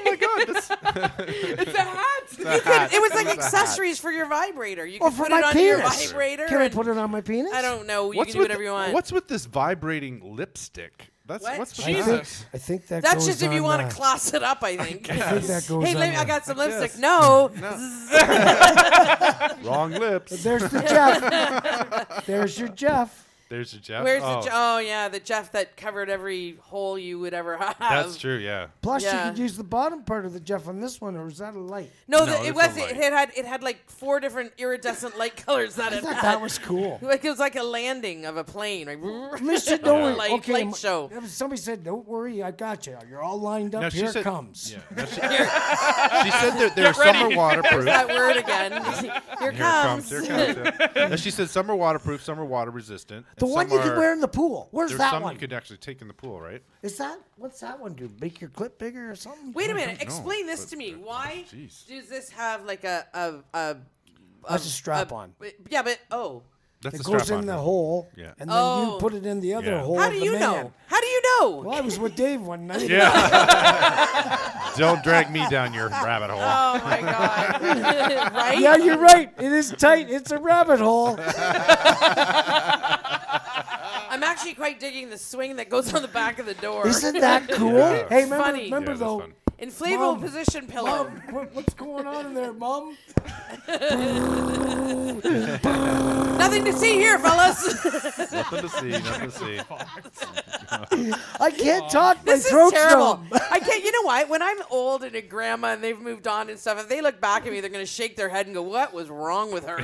Speaker 2: my god! This,
Speaker 5: it's a hat.
Speaker 1: You could, it was like accessories for your vibrator. You could
Speaker 3: Well, for
Speaker 1: put
Speaker 3: my
Speaker 1: it on your
Speaker 3: penis.
Speaker 1: vibrator.
Speaker 3: Can I
Speaker 1: and-
Speaker 3: put it on my penis?
Speaker 1: I don't know. You
Speaker 2: What's
Speaker 1: can do
Speaker 2: with
Speaker 1: whatever
Speaker 2: the-
Speaker 1: you want.
Speaker 2: What's with this vibrating lipstick? That's
Speaker 1: What?
Speaker 2: what's with
Speaker 3: I
Speaker 2: that?
Speaker 3: think,
Speaker 5: Jesus.
Speaker 3: I think that.
Speaker 1: That's
Speaker 3: goes
Speaker 1: just if you
Speaker 3: on,
Speaker 1: want
Speaker 3: uh,
Speaker 1: to class it up, I think.
Speaker 3: I think that goes
Speaker 1: Hey,
Speaker 3: on uh,
Speaker 1: let me, I
Speaker 3: there.
Speaker 1: got some
Speaker 2: I
Speaker 1: lipstick.
Speaker 2: guess.
Speaker 1: No.
Speaker 2: Wrong lips.
Speaker 1: [LAUGHS]
Speaker 3: There's the Jeff. There's your Jeff.
Speaker 2: There's your Jeff.
Speaker 1: Where's
Speaker 2: oh,
Speaker 1: the? Je- oh yeah, the Jeff that covered every hole you would ever have.
Speaker 2: That's true. Yeah.
Speaker 3: Plus,
Speaker 1: Yeah.
Speaker 3: you could use the bottom part of the Jeff on this one, or is that a light?
Speaker 1: No,
Speaker 2: No,
Speaker 1: the, it
Speaker 2: it's
Speaker 1: was.
Speaker 2: a
Speaker 1: It
Speaker 2: light.
Speaker 1: had. It had like four different iridescent light [LAUGHS] colors that
Speaker 3: I
Speaker 1: it
Speaker 3: thought
Speaker 1: had.
Speaker 3: that was cool.
Speaker 1: like it was like a landing of a plane. Like [LAUGHS]
Speaker 3: [LAUGHS] Listen, don't worry.
Speaker 1: light,
Speaker 3: okay,
Speaker 1: light
Speaker 3: m-
Speaker 1: show.
Speaker 3: if Somebody said, "Don't worry, I got you. You're all lined up.
Speaker 2: Now, she
Speaker 3: Here it
Speaker 2: said-
Speaker 3: comes."
Speaker 2: Yeah. No, she, [LAUGHS] she said that they're summer waterproof.
Speaker 1: That word again. [LAUGHS] Here,
Speaker 2: Here it comes.
Speaker 1: [LAUGHS]
Speaker 2: Here it comes. yeah. Now, she said some are waterproof, some are water resistant.
Speaker 3: The
Speaker 2: and
Speaker 3: one
Speaker 2: some
Speaker 3: you could
Speaker 2: are-
Speaker 3: wear in the pool. Where's
Speaker 2: There's
Speaker 3: that
Speaker 2: some
Speaker 3: one?
Speaker 2: you could actually take in the pool, right?
Speaker 3: Is that what's that one do? Make your clip bigger or something?
Speaker 1: Wait a minute.
Speaker 2: don't know,
Speaker 1: Explain this
Speaker 2: but-
Speaker 1: to me.
Speaker 2: but-
Speaker 1: Why
Speaker 2: jeez.
Speaker 1: does this have like a a a,
Speaker 3: That's a strap on.
Speaker 1: but- Yeah, but oh,
Speaker 2: That's
Speaker 3: It
Speaker 2: a
Speaker 3: goes
Speaker 2: strap-on.
Speaker 3: in the hole,
Speaker 2: Yeah.
Speaker 3: and then
Speaker 1: Oh.
Speaker 3: you put it in the other
Speaker 2: Yeah.
Speaker 3: hole.
Speaker 1: how
Speaker 3: of
Speaker 1: do
Speaker 3: the
Speaker 1: you
Speaker 3: man.
Speaker 1: know? How do you know?
Speaker 3: Well, I was with Dave one night.
Speaker 2: Yeah. Don't drag me down your rabbit hole.
Speaker 1: Oh my
Speaker 3: [LAUGHS]
Speaker 1: god! right?
Speaker 3: [LAUGHS] Yeah, you're right. It is tight. It's a rabbit hole.
Speaker 2: [LAUGHS]
Speaker 1: I'm actually quite digging the swing that goes on the back of the door.
Speaker 3: Isn't that cool?
Speaker 2: Yeah.
Speaker 3: Hey, remember,
Speaker 1: Funny.
Speaker 2: Yeah,
Speaker 3: remember
Speaker 2: that's
Speaker 3: though.
Speaker 2: fun.
Speaker 1: Inflatable
Speaker 3: Mom.
Speaker 1: position pillow.
Speaker 3: Mom, what- what's going on in there, Mom?
Speaker 1: Nothing to see here,
Speaker 3: [LAUGHS]
Speaker 1: fellas.
Speaker 2: Nothing to see. Nothing to see.
Speaker 3: I can't talk. My
Speaker 1: this is
Speaker 3: throat's
Speaker 1: terrible.
Speaker 3: numb.
Speaker 1: I can't. You know why? When I'm old and a grandma and they've moved on and stuff, if they look back at me, they're gonna shake their head and go, "What was wrong with
Speaker 2: [LAUGHS]
Speaker 1: her?"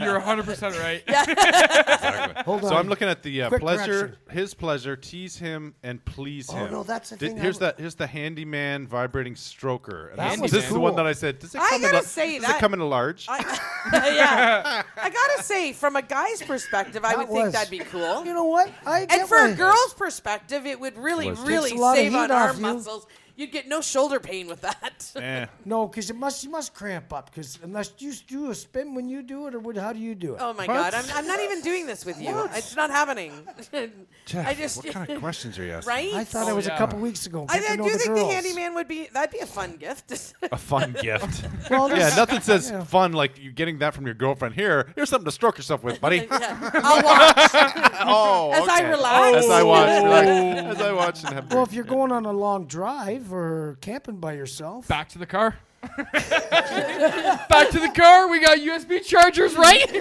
Speaker 5: You're 100% right.
Speaker 3: [LAUGHS] Hold on.
Speaker 2: So I'm looking at the uh,
Speaker 3: Quick
Speaker 2: pleasure,
Speaker 3: correction. Oh,
Speaker 2: his pleasure, tease him, and please him.
Speaker 3: no, that's the
Speaker 2: Did-
Speaker 3: thing I
Speaker 2: Here's
Speaker 3: w-
Speaker 2: the here's the handyman vibrating stroker. And
Speaker 3: That
Speaker 2: this
Speaker 3: was
Speaker 2: this is the one
Speaker 3: cool.
Speaker 2: that I said. Does it
Speaker 1: I
Speaker 2: come in
Speaker 1: gotta
Speaker 2: a,
Speaker 1: say
Speaker 2: does
Speaker 1: that-
Speaker 2: it come in a large?
Speaker 1: I, [LAUGHS]
Speaker 3: [LAUGHS]
Speaker 1: yeah. I gotta say, from a guy's perspective, I
Speaker 3: That
Speaker 1: would
Speaker 3: was-
Speaker 1: think that'd be cool.
Speaker 3: You know what? I get
Speaker 1: and for
Speaker 3: why-
Speaker 1: a girl's perspective, it would really,
Speaker 2: Was-
Speaker 1: really
Speaker 3: Takes a lot of
Speaker 1: save
Speaker 3: heat
Speaker 1: on
Speaker 3: off
Speaker 1: arm
Speaker 3: you.
Speaker 1: muscles. You'd get no shoulder pain with that.
Speaker 2: Eh.
Speaker 3: No, because you must you must cramp up. Because unless you s- do a spin when you do it, or what, how do you do it?
Speaker 1: [LAUGHS] Oh my
Speaker 2: What?
Speaker 1: God! I'm, I'm not even doing this with you. It's not happening. [LAUGHS]
Speaker 2: Jeff,
Speaker 1: I just
Speaker 2: what kind of questions are you asking?
Speaker 1: right.
Speaker 3: I thought
Speaker 5: Oh,
Speaker 3: it was
Speaker 5: yeah.
Speaker 3: a couple weeks ago.
Speaker 1: I,
Speaker 3: Get to
Speaker 1: I do
Speaker 3: know
Speaker 1: think
Speaker 3: girls.
Speaker 1: the handyman would be that'd be a fun
Speaker 2: [LAUGHS]
Speaker 1: gift. [LAUGHS]
Speaker 2: A fun gift. [LAUGHS]
Speaker 3: Well,
Speaker 2: yeah,
Speaker 3: this-
Speaker 2: nothing says
Speaker 3: Yeah.
Speaker 2: fun like you getting that from your girlfriend. Here, here's something to stroke yourself with, buddy.
Speaker 1: Yeah. I'll watch
Speaker 2: oh,
Speaker 1: as I
Speaker 2: okay.
Speaker 1: relax. Oh.
Speaker 2: As I watch, relax. as I watch and have.
Speaker 3: Well,
Speaker 2: drinks.
Speaker 3: if you're going on a long drive or camping by yourself,
Speaker 5: Back to the car. [LAUGHS] Back to the car. We got USB chargers, right?
Speaker 1: [LAUGHS]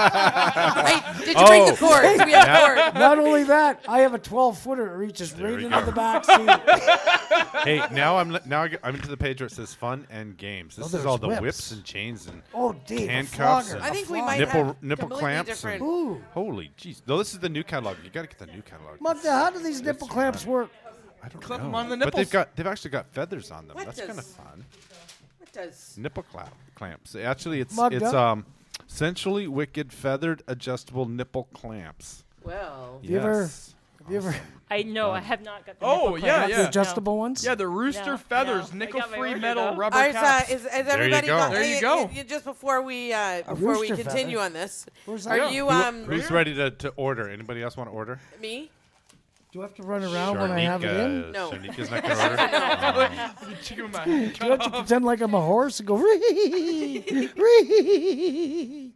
Speaker 1: Hey, did you bring the
Speaker 2: Oh.
Speaker 1: cords? We
Speaker 2: Yeah.
Speaker 1: have cords.
Speaker 3: not only that, I have a 12 footer. It reaches right
Speaker 2: we
Speaker 3: into
Speaker 2: go.
Speaker 3: the back seat.
Speaker 2: Hey, now I'm li- now I get- I'm into the page where it says fun and games. This is
Speaker 3: there's
Speaker 2: all the whips.
Speaker 3: whips.
Speaker 2: and chains and
Speaker 3: Oh, Dave, a
Speaker 2: handcuffs
Speaker 3: flogger.
Speaker 2: and
Speaker 1: I think we
Speaker 3: Flogger.
Speaker 1: might
Speaker 2: nipple
Speaker 1: have
Speaker 2: nipple
Speaker 1: completely
Speaker 2: clamps.
Speaker 1: different.
Speaker 2: And,
Speaker 3: Ooh.
Speaker 2: holy jeez! No, this is the new catalog. You got to get the new catalog.
Speaker 3: Mom, now how do these nipple clamps work?
Speaker 2: I don't
Speaker 5: Clip
Speaker 2: know.
Speaker 5: 'em on the
Speaker 2: But they've
Speaker 5: nipples.
Speaker 2: got they've actually got feathers on them.
Speaker 1: What
Speaker 2: That's
Speaker 1: does-
Speaker 2: kind of fun.
Speaker 1: What does?
Speaker 2: Nipple clamp clamps. Actually, it's
Speaker 3: Mug
Speaker 2: it's
Speaker 3: duck?
Speaker 2: um sensually wicked feathered adjustable nipple clamps.
Speaker 1: Well,
Speaker 3: you ever-
Speaker 2: Yes.
Speaker 3: Have you ever
Speaker 4: I know. I have not got the.
Speaker 5: Oh,
Speaker 4: nipple
Speaker 5: yeah,
Speaker 4: clamp.
Speaker 5: yeah.
Speaker 3: the adjustable ones?
Speaker 5: yeah, the rooster
Speaker 4: No,
Speaker 5: feathers,
Speaker 4: no. I
Speaker 5: nickel
Speaker 4: got my
Speaker 5: free
Speaker 4: order,
Speaker 5: metal
Speaker 4: though.
Speaker 5: rubber
Speaker 1: Ours, uh,
Speaker 5: [LAUGHS] caps.
Speaker 1: is, has everybody
Speaker 2: go.
Speaker 1: got-
Speaker 5: There you
Speaker 1: uh,
Speaker 5: go.
Speaker 1: uh, uh, just before we uh, before we
Speaker 3: rooster feather.
Speaker 1: continue on this,
Speaker 3: Where's that?
Speaker 1: are
Speaker 3: Yeah.
Speaker 1: you um
Speaker 2: Who's ready to, to order? Anybody else want to order?
Speaker 1: me?
Speaker 3: Do I have to run around when I have it
Speaker 2: Sharnika-
Speaker 3: in?
Speaker 1: No. [LAUGHS]
Speaker 2: Sharnika's not gonna order. Um,
Speaker 5: Chicken in my hand. [LAUGHS]
Speaker 3: Do I have to pretend like I'm a horse and go ree ree?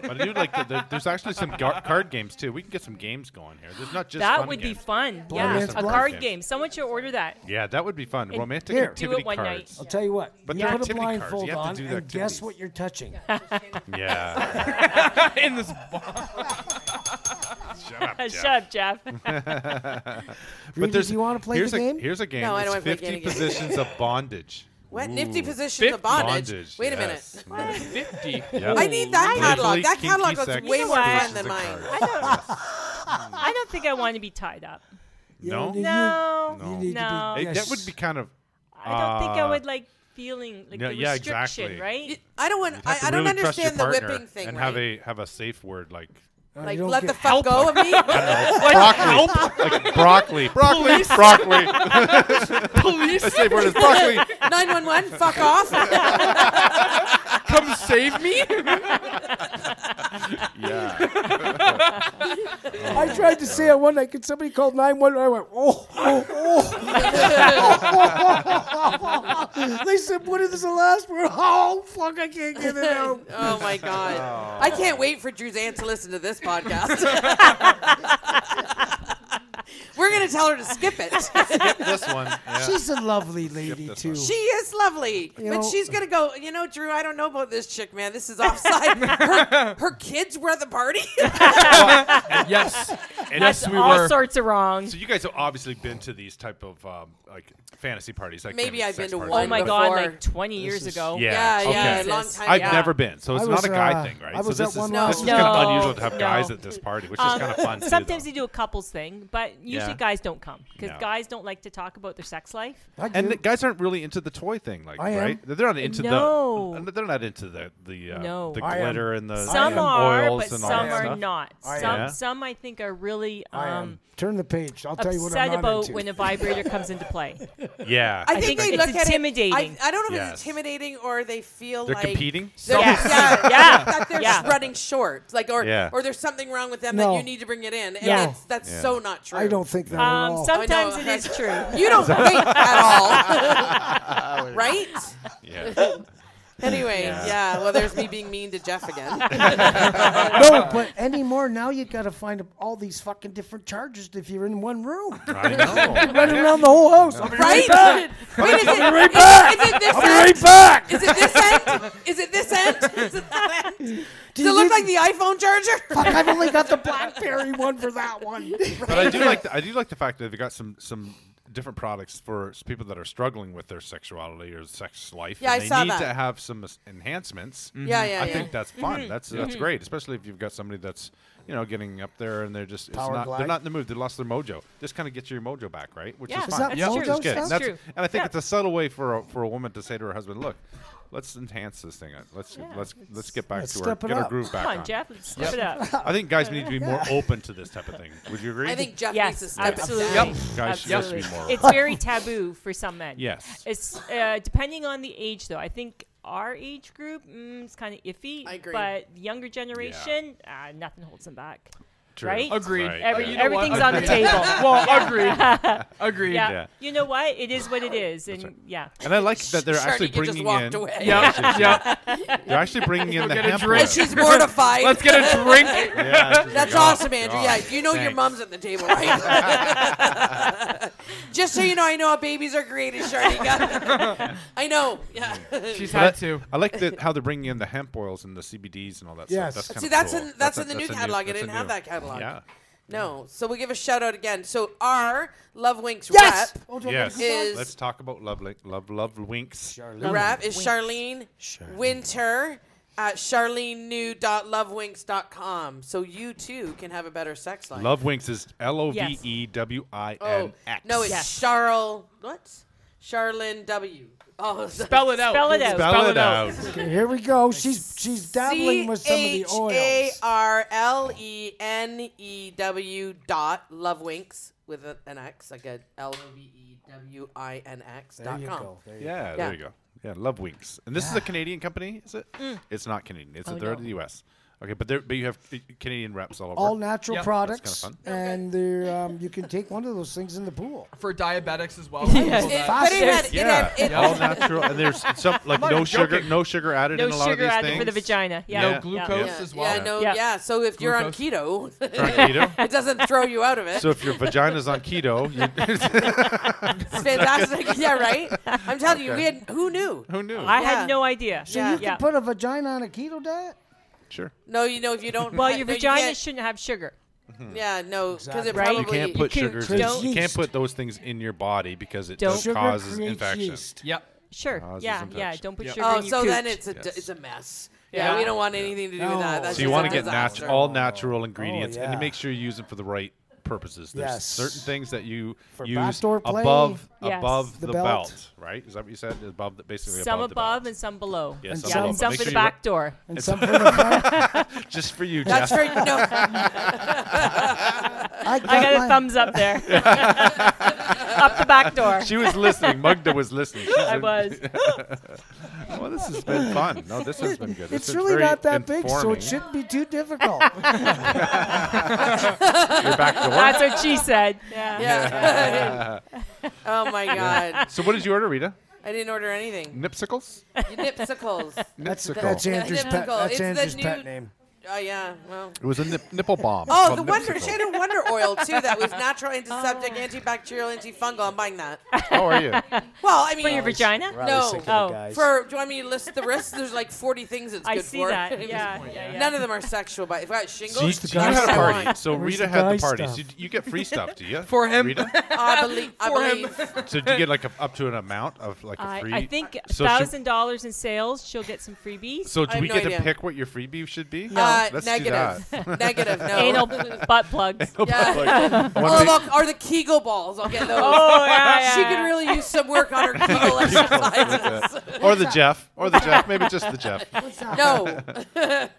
Speaker 2: But I do like that there- there's actually some gar- card games too. We can get some games going here. There's not just
Speaker 4: That
Speaker 2: fun
Speaker 4: would be
Speaker 2: games.
Speaker 4: fun.
Speaker 3: Blind
Speaker 4: yeah,
Speaker 3: Man's
Speaker 4: a
Speaker 3: Bluff.
Speaker 4: card
Speaker 2: Games.
Speaker 4: game. Someone should order that. [LAUGHS]
Speaker 2: Yeah, that would be fun. Romantic
Speaker 3: here. Do it
Speaker 2: activity
Speaker 4: one night.
Speaker 2: cards.
Speaker 3: I'll tell you what.
Speaker 2: But
Speaker 3: you
Speaker 2: they're
Speaker 3: put a
Speaker 2: activity cards. You
Speaker 3: blindfold
Speaker 2: have to
Speaker 3: on
Speaker 2: do the
Speaker 3: and guess
Speaker 2: activities.
Speaker 3: what you're touching.
Speaker 1: [LAUGHS]
Speaker 2: Yeah.
Speaker 5: in this box.
Speaker 2: Shut up, Jeff.
Speaker 4: Shut up, Jeff. [LAUGHS]
Speaker 3: Rudy, do you want to play
Speaker 2: here's
Speaker 3: the
Speaker 2: a,
Speaker 3: game?
Speaker 2: Here's a game.
Speaker 1: No, I don't wanna
Speaker 2: It's
Speaker 1: play
Speaker 2: 50
Speaker 1: any games.
Speaker 2: positions of bondage.
Speaker 1: What nifty
Speaker 2: Ooh.
Speaker 1: positions of
Speaker 5: Fifty.
Speaker 1: bondage? Wait
Speaker 2: yes.
Speaker 1: a minute.
Speaker 2: Mm.
Speaker 5: 50.
Speaker 2: Yeah.
Speaker 1: I need that
Speaker 2: Playfully
Speaker 1: catalog. That
Speaker 2: kinky
Speaker 1: catalog looks
Speaker 2: sex
Speaker 1: way more fun
Speaker 2: positions
Speaker 1: than
Speaker 2: of
Speaker 1: mine.
Speaker 2: cards.
Speaker 4: I don't. I don't think I want to be tied up.
Speaker 3: You
Speaker 2: No?
Speaker 3: need- you-
Speaker 4: No.
Speaker 3: you need to be-
Speaker 4: No.
Speaker 2: Hey,
Speaker 3: Yes.
Speaker 2: That would be kind of.
Speaker 4: I don't think I
Speaker 2: Uh,
Speaker 4: would like feeling like
Speaker 2: Yeah,
Speaker 4: the
Speaker 2: yeah,
Speaker 4: restriction,
Speaker 2: exactly.
Speaker 4: right?
Speaker 1: I don't want.
Speaker 2: You'd
Speaker 1: I,
Speaker 2: have to
Speaker 1: I don't
Speaker 2: really trust your
Speaker 1: understand the
Speaker 2: partner
Speaker 1: whipping thing.
Speaker 2: and
Speaker 1: right?
Speaker 2: have a have a safe word like
Speaker 3: Uh, you
Speaker 1: like
Speaker 3: don't
Speaker 1: let
Speaker 3: get-
Speaker 1: the fuck go of
Speaker 2: [LAUGHS]
Speaker 1: me.
Speaker 2: broccoli, like broccoli, broccoli, broccoli.
Speaker 1: [LAUGHS]
Speaker 5: Police,
Speaker 2: a safe word is broccoli.
Speaker 1: Nine one one. Fuck
Speaker 2: [LAUGHS]
Speaker 1: off.
Speaker 5: come save me.
Speaker 2: Yeah,
Speaker 3: I tried to say it one night. Could somebody call 911? I went, oh, oh, oh. they said, what is the last word? Oh, fuck, I can't get it out.
Speaker 1: [LAUGHS] oh my god. I can't wait for Druzanne to listen to this podcast. [LAUGHS] We're gonna tell her to skip it.
Speaker 2: this one. Yeah.
Speaker 3: She's a lovely lady,
Speaker 2: this
Speaker 3: too.
Speaker 2: one.
Speaker 1: She is lovely,
Speaker 3: You
Speaker 1: but
Speaker 3: know-
Speaker 1: she's gonna go. You know, Drew, I don't know about this chick, man. This is
Speaker 3: [LAUGHS]
Speaker 1: offside. her, her kids were at the party.
Speaker 5: yes,
Speaker 2: And
Speaker 5: yes,
Speaker 2: so-
Speaker 5: we
Speaker 4: All
Speaker 5: were.
Speaker 4: sorts of wrong.
Speaker 2: so you guys have obviously been to these type of um, like fantasy parties. Like
Speaker 1: Maybe
Speaker 2: fantasy
Speaker 1: I've been
Speaker 2: sex
Speaker 1: to
Speaker 2: parties.
Speaker 1: one
Speaker 4: oh my god,
Speaker 1: before.
Speaker 4: like 20 years
Speaker 3: is-
Speaker 4: ago.
Speaker 2: Yeah,
Speaker 1: [LAUGHS] yeah, yeah,
Speaker 2: okay.
Speaker 1: long
Speaker 4: Jesus.
Speaker 1: time.
Speaker 2: I've
Speaker 1: yeah.
Speaker 2: never been, so it's
Speaker 3: I
Speaker 2: not
Speaker 3: was,
Speaker 2: a guy
Speaker 3: uh,
Speaker 2: thing, right?
Speaker 3: I
Speaker 2: so
Speaker 3: was
Speaker 2: this
Speaker 3: at
Speaker 2: is,
Speaker 3: one
Speaker 2: this
Speaker 3: last
Speaker 2: is kind of
Speaker 4: No,
Speaker 2: unusual to have guys
Speaker 4: no.
Speaker 2: at this party, which is
Speaker 4: Um,
Speaker 2: kind of fun. too,
Speaker 4: Sometimes
Speaker 2: though.
Speaker 4: they do a couples thing, but usually
Speaker 2: Yeah.
Speaker 4: guys don't come because
Speaker 2: No.
Speaker 4: guys don't like to talk about their sex life.
Speaker 3: I
Speaker 2: and
Speaker 3: do.
Speaker 2: the guys aren't really into the toy thing, like
Speaker 3: I am.
Speaker 2: right? They're not into
Speaker 4: No.
Speaker 2: the. They're not into the the uh,
Speaker 4: No.
Speaker 2: the
Speaker 3: I am.
Speaker 2: glitter and the
Speaker 4: Some
Speaker 2: and
Speaker 4: are,
Speaker 2: oils
Speaker 4: but
Speaker 2: and all
Speaker 4: some
Speaker 2: that
Speaker 4: are
Speaker 2: stuff.
Speaker 4: not.
Speaker 3: I
Speaker 4: some,
Speaker 2: am.
Speaker 4: some I think are really
Speaker 3: I am.
Speaker 4: um,
Speaker 3: Turn the page. I'll tell you what I'm
Speaker 4: upset
Speaker 3: not
Speaker 4: about
Speaker 3: into.
Speaker 4: when a vibrator comes into
Speaker 3: [LAUGHS]
Speaker 4: play. Um,
Speaker 2: Yeah,
Speaker 1: I think,
Speaker 4: think
Speaker 1: they
Speaker 4: it's
Speaker 1: look at It,
Speaker 4: intimidating.
Speaker 1: I, I don't know if
Speaker 2: Yes.
Speaker 1: it's intimidating or they feel
Speaker 2: they're
Speaker 1: like
Speaker 2: competing.
Speaker 1: They're,
Speaker 4: Yes.
Speaker 1: Yeah,
Speaker 4: Yeah.
Speaker 1: That they're
Speaker 4: Yeah.
Speaker 1: just running short, like or
Speaker 2: Yeah.
Speaker 1: or there's something wrong with them
Speaker 3: No.
Speaker 1: that you need to bring it in, and
Speaker 4: Yeah.
Speaker 1: that's, that's
Speaker 2: Yeah.
Speaker 1: so not true.
Speaker 3: I don't think that at
Speaker 4: Um,
Speaker 3: all.
Speaker 4: sometimes
Speaker 1: I
Speaker 4: it
Speaker 1: know.
Speaker 4: is true.
Speaker 1: [LAUGHS] You
Speaker 3: [LAUGHS]
Speaker 1: don't think at all, [LAUGHS] right?
Speaker 2: yeah.
Speaker 1: Anyway, yeah. Well, there's me being mean to Jeff again.
Speaker 3: no, but anymore, now you got to find all these fucking different charges if you're in one room.
Speaker 2: I know.
Speaker 3: Running around the whole house. I'll be
Speaker 1: Right?
Speaker 3: back.
Speaker 1: Wait, is it,
Speaker 3: right
Speaker 1: is-
Speaker 3: back.
Speaker 1: is it this
Speaker 3: I'll be
Speaker 1: end?
Speaker 3: right back.
Speaker 1: Is it this end? Is it this end? Is it that end? Does
Speaker 3: you
Speaker 1: it look
Speaker 3: get-
Speaker 1: like the iPhone charger?
Speaker 3: Fuck, I've only got the BlackBerry one for that
Speaker 2: [LAUGHS]
Speaker 3: one.
Speaker 2: but I do like the, I do like the fact that they've got some some different products for s- people that are struggling with their sexuality or sex life.
Speaker 1: Yeah,
Speaker 2: and
Speaker 1: I
Speaker 2: they
Speaker 1: saw
Speaker 2: need to
Speaker 1: that.
Speaker 2: have some es- enhancements.
Speaker 1: Yeah, yeah, yeah.
Speaker 2: I think that's fun. That's that's great, especially if you've got somebody that's you know getting up there and they're just it's
Speaker 3: Power
Speaker 2: not,
Speaker 3: glide.
Speaker 2: they're not in the mood. They lost their mojo. This kind of gets your mojo back, right? Which
Speaker 4: Yeah.
Speaker 2: is
Speaker 4: Is
Speaker 2: fun.
Speaker 3: that
Speaker 2: yeah,
Speaker 3: mojo
Speaker 2: which is good.
Speaker 3: stuff?
Speaker 2: And, that's,
Speaker 4: True.
Speaker 2: and I think
Speaker 4: Yeah.
Speaker 2: it's a subtle way for a, for a woman to say to her husband, "Look, let's enhance this thing. Let's let's let's get back
Speaker 3: Let's
Speaker 2: to our
Speaker 3: step it
Speaker 2: get our
Speaker 3: up.
Speaker 2: groove back
Speaker 4: Come on,
Speaker 2: on."
Speaker 4: Jeff, let's step it
Speaker 1: [LAUGHS]
Speaker 4: up.
Speaker 2: I think guys need to be more open to this type of thing. Would you
Speaker 1: [LAUGHS]
Speaker 2: agree?
Speaker 1: I think Jeff needs to
Speaker 4: yes,
Speaker 1: step
Speaker 4: absolutely.
Speaker 1: it down.
Speaker 5: Yep.
Speaker 2: Guys should just be
Speaker 4: absolutely.
Speaker 2: more-
Speaker 4: It's very taboo for some men.
Speaker 2: Yes.
Speaker 4: It's uh, depending on the age, though. I think our age group, mm, it's kind of iffy.
Speaker 1: I agree.
Speaker 4: But younger generation, uh, nothing holds them back.
Speaker 2: True.
Speaker 4: Right?
Speaker 5: Agreed.
Speaker 2: Right,
Speaker 4: Every-
Speaker 2: yeah.
Speaker 5: You know what?
Speaker 4: everything's on the
Speaker 5: Agreed.
Speaker 4: table.
Speaker 5: [LAUGHS] well,
Speaker 4: [LAUGHS]
Speaker 5: agreed. Agreed.
Speaker 4: Yeah.
Speaker 2: Yeah.
Speaker 4: You know what? It is what it is, and yeah.
Speaker 2: And I like that they're
Speaker 1: Shardy
Speaker 2: actually
Speaker 1: could just
Speaker 2: bringing
Speaker 1: walked
Speaker 2: in.
Speaker 1: away.
Speaker 5: Yep. Yep.
Speaker 2: [LAUGHS] They're actually bringing in the
Speaker 5: get a
Speaker 2: hemp
Speaker 5: drink.
Speaker 2: oil.
Speaker 1: And she's mortified.
Speaker 5: Let's get a drink.
Speaker 2: [LAUGHS] Yeah, she's
Speaker 1: That's
Speaker 2: like, "Oh,
Speaker 1: awesome, Andrew.
Speaker 2: God,
Speaker 1: Yeah, you know your
Speaker 2: thanks."
Speaker 1: mom's at the table, right? [LAUGHS] Just so you know, I know how babies are created, Sharnika. [LAUGHS] I know. Yeah.
Speaker 5: She's
Speaker 2: But
Speaker 5: had
Speaker 2: I,
Speaker 5: to.
Speaker 2: I like the, how they're bringing in the hemp oils and the CBDs and all that
Speaker 3: Yes.
Speaker 2: stuff. That's
Speaker 1: See,
Speaker 2: kinda
Speaker 1: that's
Speaker 2: cool.
Speaker 1: in that's,
Speaker 2: a-
Speaker 1: in the new
Speaker 2: a
Speaker 1: catalog. I
Speaker 2: that's a
Speaker 1: didn't have
Speaker 2: new-
Speaker 1: that catalog.
Speaker 2: Yeah.
Speaker 1: [LAUGHS] No. So we give a shout out again. So our Love Winks
Speaker 3: Yes.
Speaker 1: rep,
Speaker 3: Oh, do I
Speaker 2: Yes.
Speaker 3: gotta go
Speaker 1: Is-
Speaker 2: Let's talk about love, link, love, love winks.
Speaker 3: back?
Speaker 1: rep is Charlene Winter at charlenenew.lovewinks.com. So you too can have a better sex life.
Speaker 2: Love winks is L O V E W I N
Speaker 1: Oh, [LAUGHS]
Speaker 2: X.
Speaker 1: no, it's
Speaker 4: Yes.
Speaker 1: Charl. What? Charlene W. Oh, [LAUGHS]
Speaker 5: Spell it out.
Speaker 4: Spell it out.
Speaker 2: Spell it out.
Speaker 3: Okay, here we go. She's she's dabbling with some of the
Speaker 1: C H
Speaker 3: oils.
Speaker 1: A R L E N E W dot lovewinks with a- an X, like a L O V E W I N X
Speaker 3: There
Speaker 1: dot
Speaker 3: you
Speaker 1: com.
Speaker 3: go. There you
Speaker 2: Yeah,
Speaker 1: Yeah.
Speaker 2: there you go. Yeah, Love Winks. And this is a Canadian company, is it?
Speaker 1: Mm.
Speaker 2: It's not Canadian.
Speaker 1: Oh,
Speaker 2: It's they're out of the U.S. Okay, but there, but you have uh, Canadian reps all over.
Speaker 3: All natural
Speaker 5: Yep.
Speaker 3: products,
Speaker 2: That's
Speaker 3: and they're, um, you can take one of those things in the pool.
Speaker 5: For diabetics as
Speaker 4: [LAUGHS]
Speaker 5: well.
Speaker 1: It,
Speaker 5: Yeah.
Speaker 1: but it had, it
Speaker 2: yeah,
Speaker 1: had, it,
Speaker 2: all natural. And there's some like no sugar, no sugar added
Speaker 4: No
Speaker 2: in a lot of
Speaker 4: sugar
Speaker 2: these
Speaker 4: added
Speaker 2: things.
Speaker 4: for the vagina. Yeah.
Speaker 5: No
Speaker 4: Yeah.
Speaker 5: glucose
Speaker 1: yeah,
Speaker 5: as well.
Speaker 1: yeah, no,
Speaker 4: Yeah.
Speaker 1: yeah. So if you're on keto, [LAUGHS]
Speaker 4: [LAUGHS]
Speaker 1: it doesn't throw you out of it.
Speaker 2: So if your vagina's on keto, you,
Speaker 1: it's fantastic. [LAUGHS] yeah, right. I'm telling you, we had who knew?
Speaker 2: who knew?
Speaker 4: I
Speaker 1: Yeah.
Speaker 4: had no idea.
Speaker 3: So
Speaker 1: Yeah.
Speaker 3: you can put a vagina on a keto diet.
Speaker 2: sure.
Speaker 1: No, you know if you don't.
Speaker 4: [LAUGHS] Well, your
Speaker 1: no, you
Speaker 4: vagina
Speaker 1: can't-
Speaker 4: shouldn't have sugar.
Speaker 1: yeah, no, because
Speaker 3: Exactly.
Speaker 1: it
Speaker 4: Right?
Speaker 1: probably
Speaker 2: You can't put
Speaker 4: can't-
Speaker 2: sugars.
Speaker 3: don't-
Speaker 2: In, you can't put those things in your body because it
Speaker 4: Don't.
Speaker 2: does
Speaker 3: Sugar
Speaker 2: causes
Speaker 3: creates
Speaker 2: infection.
Speaker 3: yeast.
Speaker 5: Yep.
Speaker 4: Sure.
Speaker 2: Causes
Speaker 4: Yeah. Yeah.
Speaker 2: infection.
Speaker 4: Don't put
Speaker 5: Yeah.
Speaker 4: sugar
Speaker 1: Oh,
Speaker 4: in your
Speaker 1: so
Speaker 4: cooch.
Speaker 1: then it's a
Speaker 2: Yes.
Speaker 1: it's a mess. Yeah,
Speaker 5: Yeah.
Speaker 1: we don't want anything to do with
Speaker 3: No.
Speaker 1: that. That's
Speaker 2: So you
Speaker 1: just
Speaker 2: want
Speaker 1: a
Speaker 2: to get
Speaker 1: disaster.
Speaker 2: natu- all natural ingredients, and
Speaker 3: Oh, yeah.
Speaker 2: to make sure you use them for the right purposes. There's
Speaker 3: Yes.
Speaker 2: certain things that you
Speaker 3: For
Speaker 2: use
Speaker 3: backdoor play,
Speaker 2: above
Speaker 4: Yes.
Speaker 2: above the,
Speaker 3: The
Speaker 2: belt.
Speaker 3: belt.
Speaker 2: right? Is that what you said? Above the basically
Speaker 4: some
Speaker 2: above,
Speaker 4: above
Speaker 2: the
Speaker 4: and some below.
Speaker 2: Yeah,
Speaker 4: and
Speaker 2: some
Speaker 3: above, but
Speaker 4: some
Speaker 3: make
Speaker 2: sure
Speaker 4: for the
Speaker 2: you-
Speaker 4: back door.
Speaker 3: And some for
Speaker 2: [LAUGHS]
Speaker 3: the front.
Speaker 2: belt. [LAUGHS] just for you,
Speaker 1: That's
Speaker 2: Jeff.
Speaker 1: right.
Speaker 2: [LAUGHS]
Speaker 1: No, [LAUGHS]
Speaker 3: I got,
Speaker 4: [LAUGHS] I got
Speaker 3: my-
Speaker 4: a thumbs up there. [LAUGHS] up the back door.
Speaker 2: She was listening. Mugda was listening. She's
Speaker 4: [LAUGHS] I
Speaker 2: in-
Speaker 4: was.
Speaker 2: [LAUGHS] Well, this has been fun. No, this has been good. This
Speaker 3: It's
Speaker 2: is
Speaker 3: really
Speaker 2: very
Speaker 3: not that big, so
Speaker 2: informing.
Speaker 3: it shouldn't be too
Speaker 2: [LAUGHS]
Speaker 3: difficult.
Speaker 2: You're back
Speaker 3: [LAUGHS]
Speaker 2: to work.
Speaker 4: That's what she said.
Speaker 1: [LAUGHS]
Speaker 4: Yeah. [LAUGHS]
Speaker 1: yeah. oh my god!
Speaker 2: So, what did you order, Rita?
Speaker 1: I didn't order anything.
Speaker 2: Nipsicles?
Speaker 1: Nipsicles.
Speaker 3: that's
Speaker 2: Nipsicle.
Speaker 3: that's
Speaker 1: Yeah,
Speaker 3: Andrew's pet.
Speaker 1: difficult.
Speaker 3: That's
Speaker 1: It's the
Speaker 3: Andrew's pet
Speaker 1: new-
Speaker 3: name.
Speaker 1: Oh yeah. Well.
Speaker 2: It was a nip- nipple bomb. It's
Speaker 1: Oh,
Speaker 2: called
Speaker 1: the wonder.
Speaker 2: Nipsicle.
Speaker 1: She had a wonder oil too. That was natural,
Speaker 4: [LAUGHS] Oh.
Speaker 1: antiseptic, antibacterial, antifungal. I'm buying that.
Speaker 2: How are you?
Speaker 1: Well, I mean,
Speaker 4: For your vagina?
Speaker 3: Riley's
Speaker 1: No.
Speaker 3: sick of the
Speaker 4: Oh,
Speaker 3: guys.
Speaker 1: For do you want me to list the risks? There's like 40 things it's
Speaker 4: I
Speaker 1: good
Speaker 4: see
Speaker 1: for. [LAUGHS]
Speaker 4: that. Yeah, yeah, yeah.
Speaker 1: None of them are sexual, but if I got
Speaker 2: So you,
Speaker 1: shingles,
Speaker 3: the
Speaker 2: you had
Speaker 3: guy
Speaker 2: a
Speaker 1: I
Speaker 3: stuff?
Speaker 4: [LAUGHS]
Speaker 2: party.
Speaker 1: want.
Speaker 2: So
Speaker 3: Where's
Speaker 2: Rita
Speaker 3: the
Speaker 2: had the
Speaker 3: guy
Speaker 2: party. So
Speaker 3: stuff?
Speaker 2: you, you get free stuff, do you?
Speaker 5: For him.
Speaker 2: Rita?
Speaker 1: I believe. I
Speaker 5: For him.
Speaker 1: believe.
Speaker 2: So do you get like a, up to an amount of like a
Speaker 4: I,
Speaker 2: free?
Speaker 4: I think
Speaker 2: so should-
Speaker 4: thousand dollars in sales, she'll get some freebies.
Speaker 2: So do
Speaker 1: I
Speaker 2: we
Speaker 1: have
Speaker 2: get
Speaker 1: no
Speaker 2: to
Speaker 1: idea.
Speaker 2: pick what your freebie should be?
Speaker 1: Uh,
Speaker 2: Let's
Speaker 1: negative.
Speaker 2: [LAUGHS] do that.
Speaker 1: Negative. No.
Speaker 2: [LAUGHS]
Speaker 4: Anal butt plugs.
Speaker 1: Yeah. [LAUGHS]
Speaker 2: Like, one
Speaker 1: Oh,
Speaker 2: big-
Speaker 1: look, are the Kegel balls? I'll get those.
Speaker 4: Oh yeah, yeah.
Speaker 1: She could really use some work
Speaker 2: [LAUGHS]
Speaker 1: on her Kegel exercises.
Speaker 2: or the Jeff, or the Jeff, maybe just the Jeff.
Speaker 1: [LAUGHS]
Speaker 2: [LAUGHS]
Speaker 1: No,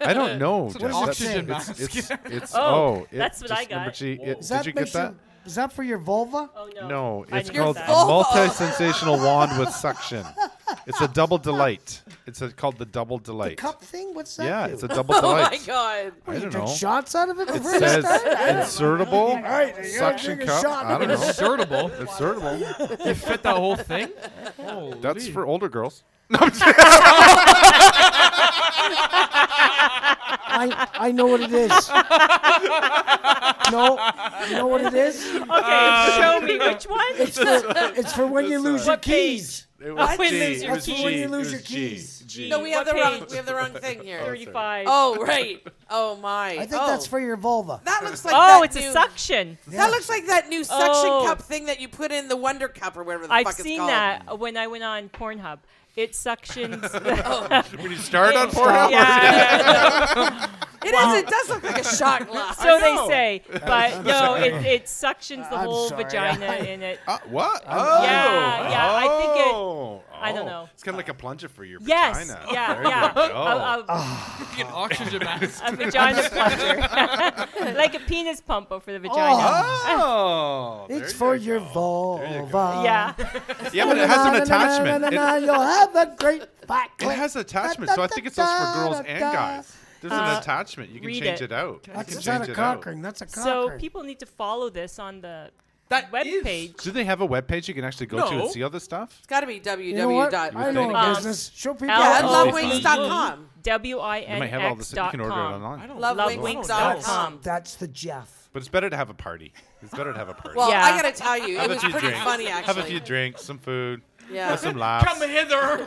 Speaker 2: I don't know. Jeff.
Speaker 3: an
Speaker 2: That's-
Speaker 3: oxygen
Speaker 2: it's-
Speaker 5: mask.
Speaker 2: it's- [LAUGHS] it's-
Speaker 4: Oh,
Speaker 2: oh, it-
Speaker 4: that's what I
Speaker 2: just number
Speaker 4: got.
Speaker 2: G- it-
Speaker 3: Is
Speaker 2: did
Speaker 3: that
Speaker 2: you
Speaker 3: makes
Speaker 2: get that?
Speaker 3: you- Is that for your vulva?
Speaker 4: Oh no.
Speaker 2: No,
Speaker 4: I
Speaker 2: it's
Speaker 4: didn't get
Speaker 2: called
Speaker 4: that.
Speaker 2: a
Speaker 3: Oh.
Speaker 2: multi-sensational wand with suction. It's a
Speaker 3: [LAUGHS]
Speaker 2: double delight. It's a, called the double
Speaker 3: The
Speaker 2: delight.
Speaker 3: cup thing? What's that?
Speaker 2: yeah,
Speaker 3: do?
Speaker 2: it's a
Speaker 4: [LAUGHS]
Speaker 2: double
Speaker 1: oh
Speaker 2: delight.
Speaker 1: my god.
Speaker 2: I don't
Speaker 3: Drink
Speaker 2: know.
Speaker 3: shots out of it.
Speaker 2: It says
Speaker 4: [LAUGHS]
Speaker 2: insertable
Speaker 3: All right, you gotta
Speaker 2: suction
Speaker 3: drink a
Speaker 2: cup.
Speaker 3: shot.
Speaker 2: I don't know.
Speaker 5: Insertable.
Speaker 2: Insertable.
Speaker 5: you fit that whole thing?
Speaker 2: That's
Speaker 5: Holy.
Speaker 2: for older girls.
Speaker 3: I, I know what it is.
Speaker 2: [LAUGHS]
Speaker 3: no, you know what it is?
Speaker 4: Okay,
Speaker 1: [LAUGHS]
Speaker 4: show me which one.
Speaker 3: It's for, it's for when you lose your
Speaker 4: What page?
Speaker 3: keys.
Speaker 2: It was
Speaker 4: When
Speaker 2: G.
Speaker 4: lose
Speaker 2: It
Speaker 4: your
Speaker 2: was
Speaker 4: keys.
Speaker 2: G.
Speaker 4: When you
Speaker 2: It
Speaker 3: lose
Speaker 2: was
Speaker 3: your
Speaker 2: G.
Speaker 3: keys.
Speaker 2: G.
Speaker 1: No, we have the
Speaker 4: What
Speaker 1: wrong.
Speaker 4: page?
Speaker 1: We have the
Speaker 2: [LAUGHS]
Speaker 1: wrong thing here.
Speaker 4: Thirty-five.
Speaker 1: Oh right. Oh my.
Speaker 3: I think
Speaker 1: oh.
Speaker 3: that's for your vulva.
Speaker 1: That looks like.
Speaker 4: Oh,
Speaker 1: that
Speaker 4: it's
Speaker 1: new- [LAUGHS]
Speaker 4: a suction.
Speaker 1: That looks like that new suction
Speaker 4: Oh.
Speaker 1: cup thing that you put in the Wonder Cup or whatever the
Speaker 4: I've
Speaker 1: fuck it's
Speaker 4: seen
Speaker 1: called.
Speaker 4: that when I went on Pornhub. It
Speaker 1: [LAUGHS]
Speaker 4: suctions.
Speaker 1: Oh.
Speaker 4: [LAUGHS]
Speaker 2: When you start on
Speaker 4: Yeah.
Speaker 2: Pornhub,
Speaker 4: Yeah.
Speaker 2: [LAUGHS]
Speaker 1: It is. It does look like a
Speaker 4: [LAUGHS]
Speaker 1: shot glass.
Speaker 4: so they say, but no, it, it suctions the
Speaker 3: I'm
Speaker 4: whole
Speaker 3: sorry,
Speaker 2: [LAUGHS]
Speaker 4: vagina
Speaker 3: I-
Speaker 4: in it.
Speaker 2: Uh, what? Oh.
Speaker 4: Um, Yeah, yeah, I think it-
Speaker 2: Oh.
Speaker 4: I don't
Speaker 2: Oh.
Speaker 4: know.
Speaker 2: It's kind of like a plunger for your
Speaker 4: Yes,
Speaker 2: vagina.
Speaker 4: yeah,
Speaker 2: There
Speaker 4: yeah.
Speaker 2: You go.
Speaker 4: [LAUGHS]
Speaker 2: Oh.
Speaker 4: A, a,
Speaker 5: An oxygen mask.
Speaker 4: a
Speaker 2: [LAUGHS]
Speaker 4: vagina plunger, [LAUGHS] like a penis pump but for the vagina.
Speaker 2: Oh, there
Speaker 3: it's
Speaker 2: you
Speaker 3: for
Speaker 2: go.
Speaker 3: your
Speaker 2: There you go.
Speaker 3: vulva.
Speaker 4: Yeah,
Speaker 2: Oh. Yeah, but it has an attachment. It-
Speaker 3: You'll have a great fat
Speaker 4: [LAUGHS]
Speaker 2: It has attachments, so I think it's also for girls and guys. There's an attachment. You can
Speaker 4: Uh, read
Speaker 2: change
Speaker 4: it.
Speaker 2: it out. You
Speaker 3: That's
Speaker 2: can
Speaker 3: it's not
Speaker 2: change
Speaker 3: a
Speaker 2: it out.
Speaker 3: cock ring. That's a cock
Speaker 4: so
Speaker 3: ring.
Speaker 4: people need to follow this on the
Speaker 5: That
Speaker 4: web
Speaker 5: is-
Speaker 4: page.
Speaker 2: Do they have a web page you can actually go to
Speaker 5: No.
Speaker 2: and see all this stuff?
Speaker 1: It's got to be www.
Speaker 3: you know what?
Speaker 1: dot-
Speaker 2: would
Speaker 3: I know
Speaker 2: think.
Speaker 3: a
Speaker 4: Um,
Speaker 3: business. Show people.
Speaker 4: L-
Speaker 1: yeah,
Speaker 4: Oh,
Speaker 1: lovewings.com.
Speaker 4: W I
Speaker 2: You
Speaker 4: N
Speaker 2: might have all
Speaker 4: X
Speaker 2: this. You
Speaker 4: dot
Speaker 2: can order it
Speaker 4: com.
Speaker 2: online.
Speaker 3: That's,
Speaker 1: Lovewings.com.
Speaker 3: that's the Jeff.
Speaker 2: But it's better to have a party. It's better to have a party.
Speaker 1: Well,
Speaker 4: Yeah.
Speaker 1: I gotta tell you, it
Speaker 2: have a
Speaker 1: was
Speaker 2: few
Speaker 1: pretty
Speaker 2: drinks.
Speaker 1: funny actually.
Speaker 2: Have a few drinks, some food,
Speaker 1: yeah.
Speaker 2: have some laughs.
Speaker 5: Come
Speaker 4: [LAUGHS]
Speaker 5: hither.
Speaker 3: Come,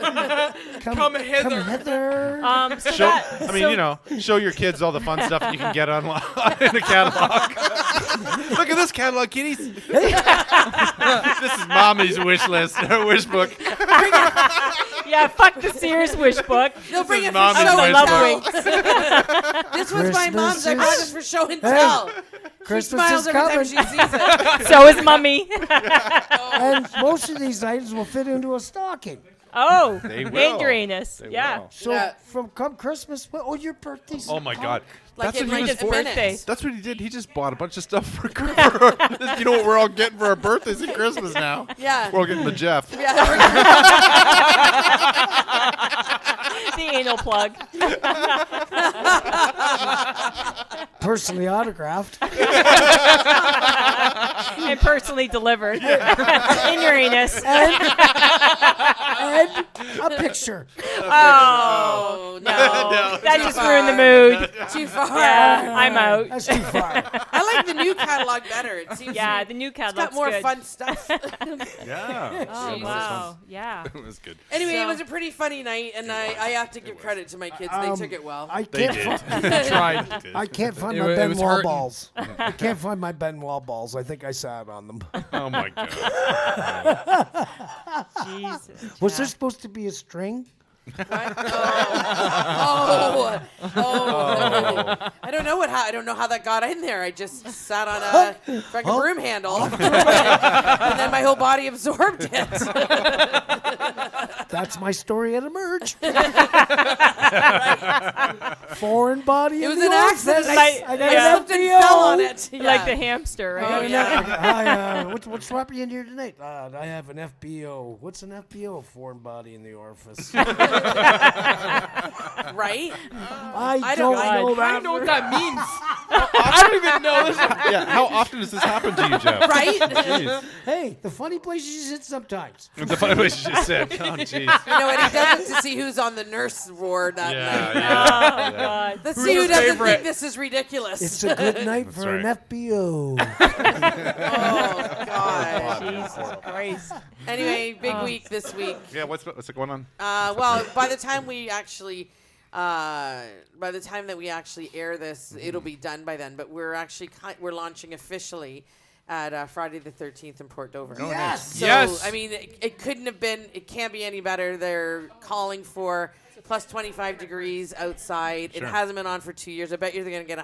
Speaker 5: Come hither.
Speaker 3: Come hither.
Speaker 4: [LAUGHS]
Speaker 1: Uh,
Speaker 4: Um, so
Speaker 2: Show,
Speaker 4: that,
Speaker 2: I mean,
Speaker 4: so
Speaker 2: you know, show your kids all the fun stuff you can get online [LAUGHS] in the catalog. Look at this
Speaker 1: [LAUGHS]
Speaker 2: catalog, kiddies. [LAUGHS] this is mommy's wish list, her wish book.
Speaker 4: [LAUGHS] Yeah, fuck the Sears wish
Speaker 2: [LAUGHS]
Speaker 4: book.
Speaker 1: They'll bring it for
Speaker 2: Mom and
Speaker 1: show and
Speaker 2: Dad's
Speaker 1: tell.
Speaker 4: [LAUGHS]
Speaker 1: this was my
Speaker 3: Christmas
Speaker 1: mom's. I
Speaker 3: is-
Speaker 1: bought it for show and tell. she
Speaker 3: Christmas
Speaker 1: smiles
Speaker 3: is
Speaker 1: every time
Speaker 3: coming.
Speaker 1: she sees it.
Speaker 4: So is mummy. [LAUGHS]
Speaker 3: and most of these items will fit into a stocking.
Speaker 4: Oh,
Speaker 2: They will.
Speaker 4: Andreanus.
Speaker 2: They
Speaker 4: Yeah.
Speaker 2: will.
Speaker 3: So
Speaker 1: Yeah.
Speaker 3: from come Christmas, what, oh, your birthday's
Speaker 2: Oh
Speaker 3: in
Speaker 2: my
Speaker 3: August.
Speaker 2: God.
Speaker 1: Like
Speaker 2: That's
Speaker 1: in
Speaker 2: what he
Speaker 1: like
Speaker 2: was
Speaker 1: a
Speaker 4: for-
Speaker 1: minute.
Speaker 2: That's what he did. He just bought a bunch of
Speaker 1: [LAUGHS]
Speaker 2: stuff for, for [LAUGHS] you know what we're all getting for our birthdays and Christmas now. [LAUGHS]
Speaker 1: Yeah.
Speaker 2: We're all getting the Jeff. [LAUGHS]
Speaker 1: Yeah.
Speaker 4: [LAUGHS] The anal
Speaker 2: [LAUGHS]
Speaker 4: plug.
Speaker 3: Personally autographed.
Speaker 4: And personally delivered. [LAUGHS] In your
Speaker 2: [LAUGHS]
Speaker 4: anus.
Speaker 3: and a picture.
Speaker 4: Oh,
Speaker 1: Oh no.
Speaker 2: [LAUGHS]
Speaker 4: that just ruined the mood.
Speaker 1: Too far.
Speaker 4: Yeah, I'm out.
Speaker 3: That's too far.
Speaker 1: I like the new catalog better. It seems
Speaker 4: Yeah,
Speaker 1: to
Speaker 4: the
Speaker 1: me.
Speaker 4: new
Speaker 1: it's got
Speaker 4: catalog's
Speaker 1: more
Speaker 4: good.
Speaker 1: fun stuff.
Speaker 4: [LAUGHS]
Speaker 2: Yeah.
Speaker 4: Oh, wow. Yeah.
Speaker 2: It was good.
Speaker 1: anyway, it
Speaker 4: So-
Speaker 1: was a pretty funny night, and I, I have to give credit to my kids.
Speaker 3: Um,
Speaker 1: they took it well.
Speaker 2: [LAUGHS]
Speaker 3: I
Speaker 2: They did.
Speaker 3: can't. fi-
Speaker 5: Tried.
Speaker 2: They did.
Speaker 3: I can't find
Speaker 5: It
Speaker 3: my
Speaker 5: wa- it
Speaker 3: Ben
Speaker 5: was
Speaker 3: Wall
Speaker 5: hurting.
Speaker 3: balls. [LAUGHS] I can't find my Ben Wall balls. I think I sat on them.
Speaker 2: Oh my god. [LAUGHS]
Speaker 3: [LAUGHS]
Speaker 4: Jesus.
Speaker 3: Was
Speaker 4: yeah.
Speaker 3: there supposed to be a string? [LAUGHS]
Speaker 1: oh, oh, oh, no. I don't know what I don't know how that got in there. I just sat on a fucking broom handle, [LAUGHS] and then my whole body absorbed it.
Speaker 3: [LAUGHS] That's my story
Speaker 2: [LAUGHS]
Speaker 3: at Emerge. Foreign body.
Speaker 1: It
Speaker 3: in
Speaker 1: was
Speaker 3: the
Speaker 1: an accident.
Speaker 3: office.
Speaker 4: I-
Speaker 1: I,
Speaker 4: I
Speaker 1: I,
Speaker 4: got
Speaker 1: slipped and fell on
Speaker 3: [LAUGHS]
Speaker 1: it.
Speaker 4: Like
Speaker 1: Yeah.
Speaker 4: the hamster, right?
Speaker 1: Oh,
Speaker 3: I
Speaker 1: yeah.
Speaker 3: have an- I, uh, what, what's wrapping you in here tonight? Uh, I have an FBO. What's an FBO? Foreign body in the orifice. [LAUGHS] I,
Speaker 1: right? don't
Speaker 3: don't, know
Speaker 1: like-
Speaker 5: [LAUGHS] I
Speaker 3: that.
Speaker 5: don't know what that means. I don't even know this.
Speaker 2: yeah, how often does this happen to you, Jeff?
Speaker 3: [LAUGHS]
Speaker 1: Right?
Speaker 2: Jeez.
Speaker 3: Hey, the funny places you sit sometimes.
Speaker 2: The funny way she
Speaker 1: [LAUGHS]
Speaker 2: just said. Oh, jeez.
Speaker 1: you know, and he does it to see who's on the nurse ward that night.
Speaker 2: Yeah,
Speaker 4: Oh,
Speaker 2: yeah.
Speaker 4: God.
Speaker 1: Let's
Speaker 5: Who's
Speaker 1: see who
Speaker 5: your
Speaker 1: doesn't
Speaker 5: favorite?
Speaker 1: think this is ridiculous.
Speaker 3: It's a good night for
Speaker 2: right.
Speaker 3: an FBO.
Speaker 1: [LAUGHS] oh God.
Speaker 4: Jesus Christ.
Speaker 1: Anyway, big week this week.
Speaker 2: Yeah, what's what's going on?
Speaker 1: Uh, well, by the time we actually, uh, by the time that we actually air this, it'll be done by then. But we're actually ki- we're launching officially at uh, Friday the thirteenth in Port Dover.
Speaker 3: yes.
Speaker 1: So
Speaker 5: Yes.
Speaker 1: I mean, it, it couldn't have been. It can't be any better. They're calling for plus 25 degrees outside. It hasn't been on for two years. I bet you're going to get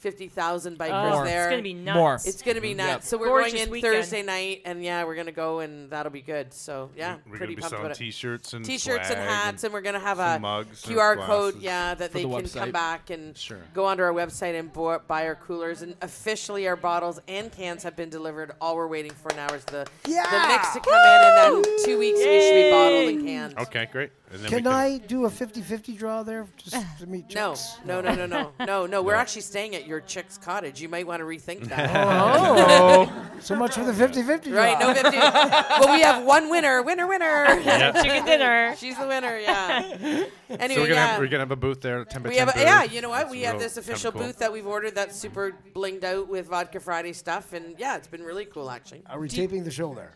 Speaker 1: 150,000 bikers
Speaker 4: Oh,
Speaker 1: there.
Speaker 4: it's gonna be nuts.
Speaker 5: More.
Speaker 1: It's gonna be nuts. So we're
Speaker 4: Gorgeous
Speaker 1: going in
Speaker 4: weekend.
Speaker 1: Thursday night, and yeah, we're gonna go, and that'll be good. So yeah,
Speaker 2: We're
Speaker 1: pretty
Speaker 2: gonna be
Speaker 1: pumped
Speaker 2: selling
Speaker 1: about it.
Speaker 2: t-shirts and
Speaker 1: T-shirts and
Speaker 2: swag
Speaker 1: hats, and we're gonna have
Speaker 2: some
Speaker 1: a
Speaker 2: mugs and
Speaker 1: QR code,
Speaker 2: glasses
Speaker 1: yeah, that they
Speaker 5: the
Speaker 1: can come
Speaker 5: website.
Speaker 1: back and
Speaker 2: Sure.
Speaker 1: go onto our website and bo- buy our coolers. And officially, our bottles and cans have been delivered. All we're waiting for now is the the mix to come in, and then two weeks we should be bottled and canned.
Speaker 2: Okay, great. And then we
Speaker 3: Can I do a 50-50 draw there just to meet
Speaker 1: No,
Speaker 3: chicks?
Speaker 1: no, no, no, no, no, no. We're actually staying at your chick's cottage. You might want to rethink
Speaker 2: [LAUGHS]
Speaker 1: that.
Speaker 5: [LAUGHS] Oh,
Speaker 3: So much for the 50-50
Speaker 1: Right,
Speaker 3: draw.
Speaker 1: no 50. well, we have one winner. Winner, winner.
Speaker 2: [LAUGHS]
Speaker 4: Chicken dinner.
Speaker 1: She's the winner, yeah. Anyway,
Speaker 2: So we're gonna
Speaker 1: yeah.
Speaker 2: have, we're gonna have a booth there. 10 by
Speaker 1: we have
Speaker 2: 10
Speaker 1: a, yeah,
Speaker 2: booth.
Speaker 1: you know what?
Speaker 2: That's
Speaker 1: We have
Speaker 2: real-
Speaker 1: this
Speaker 2: kinda
Speaker 1: official
Speaker 2: cool.
Speaker 1: booth that we've ordered that's super blinged out with Vodka Friday stuff, and yeah, it's been really cool actually.
Speaker 3: Are we taping the show there?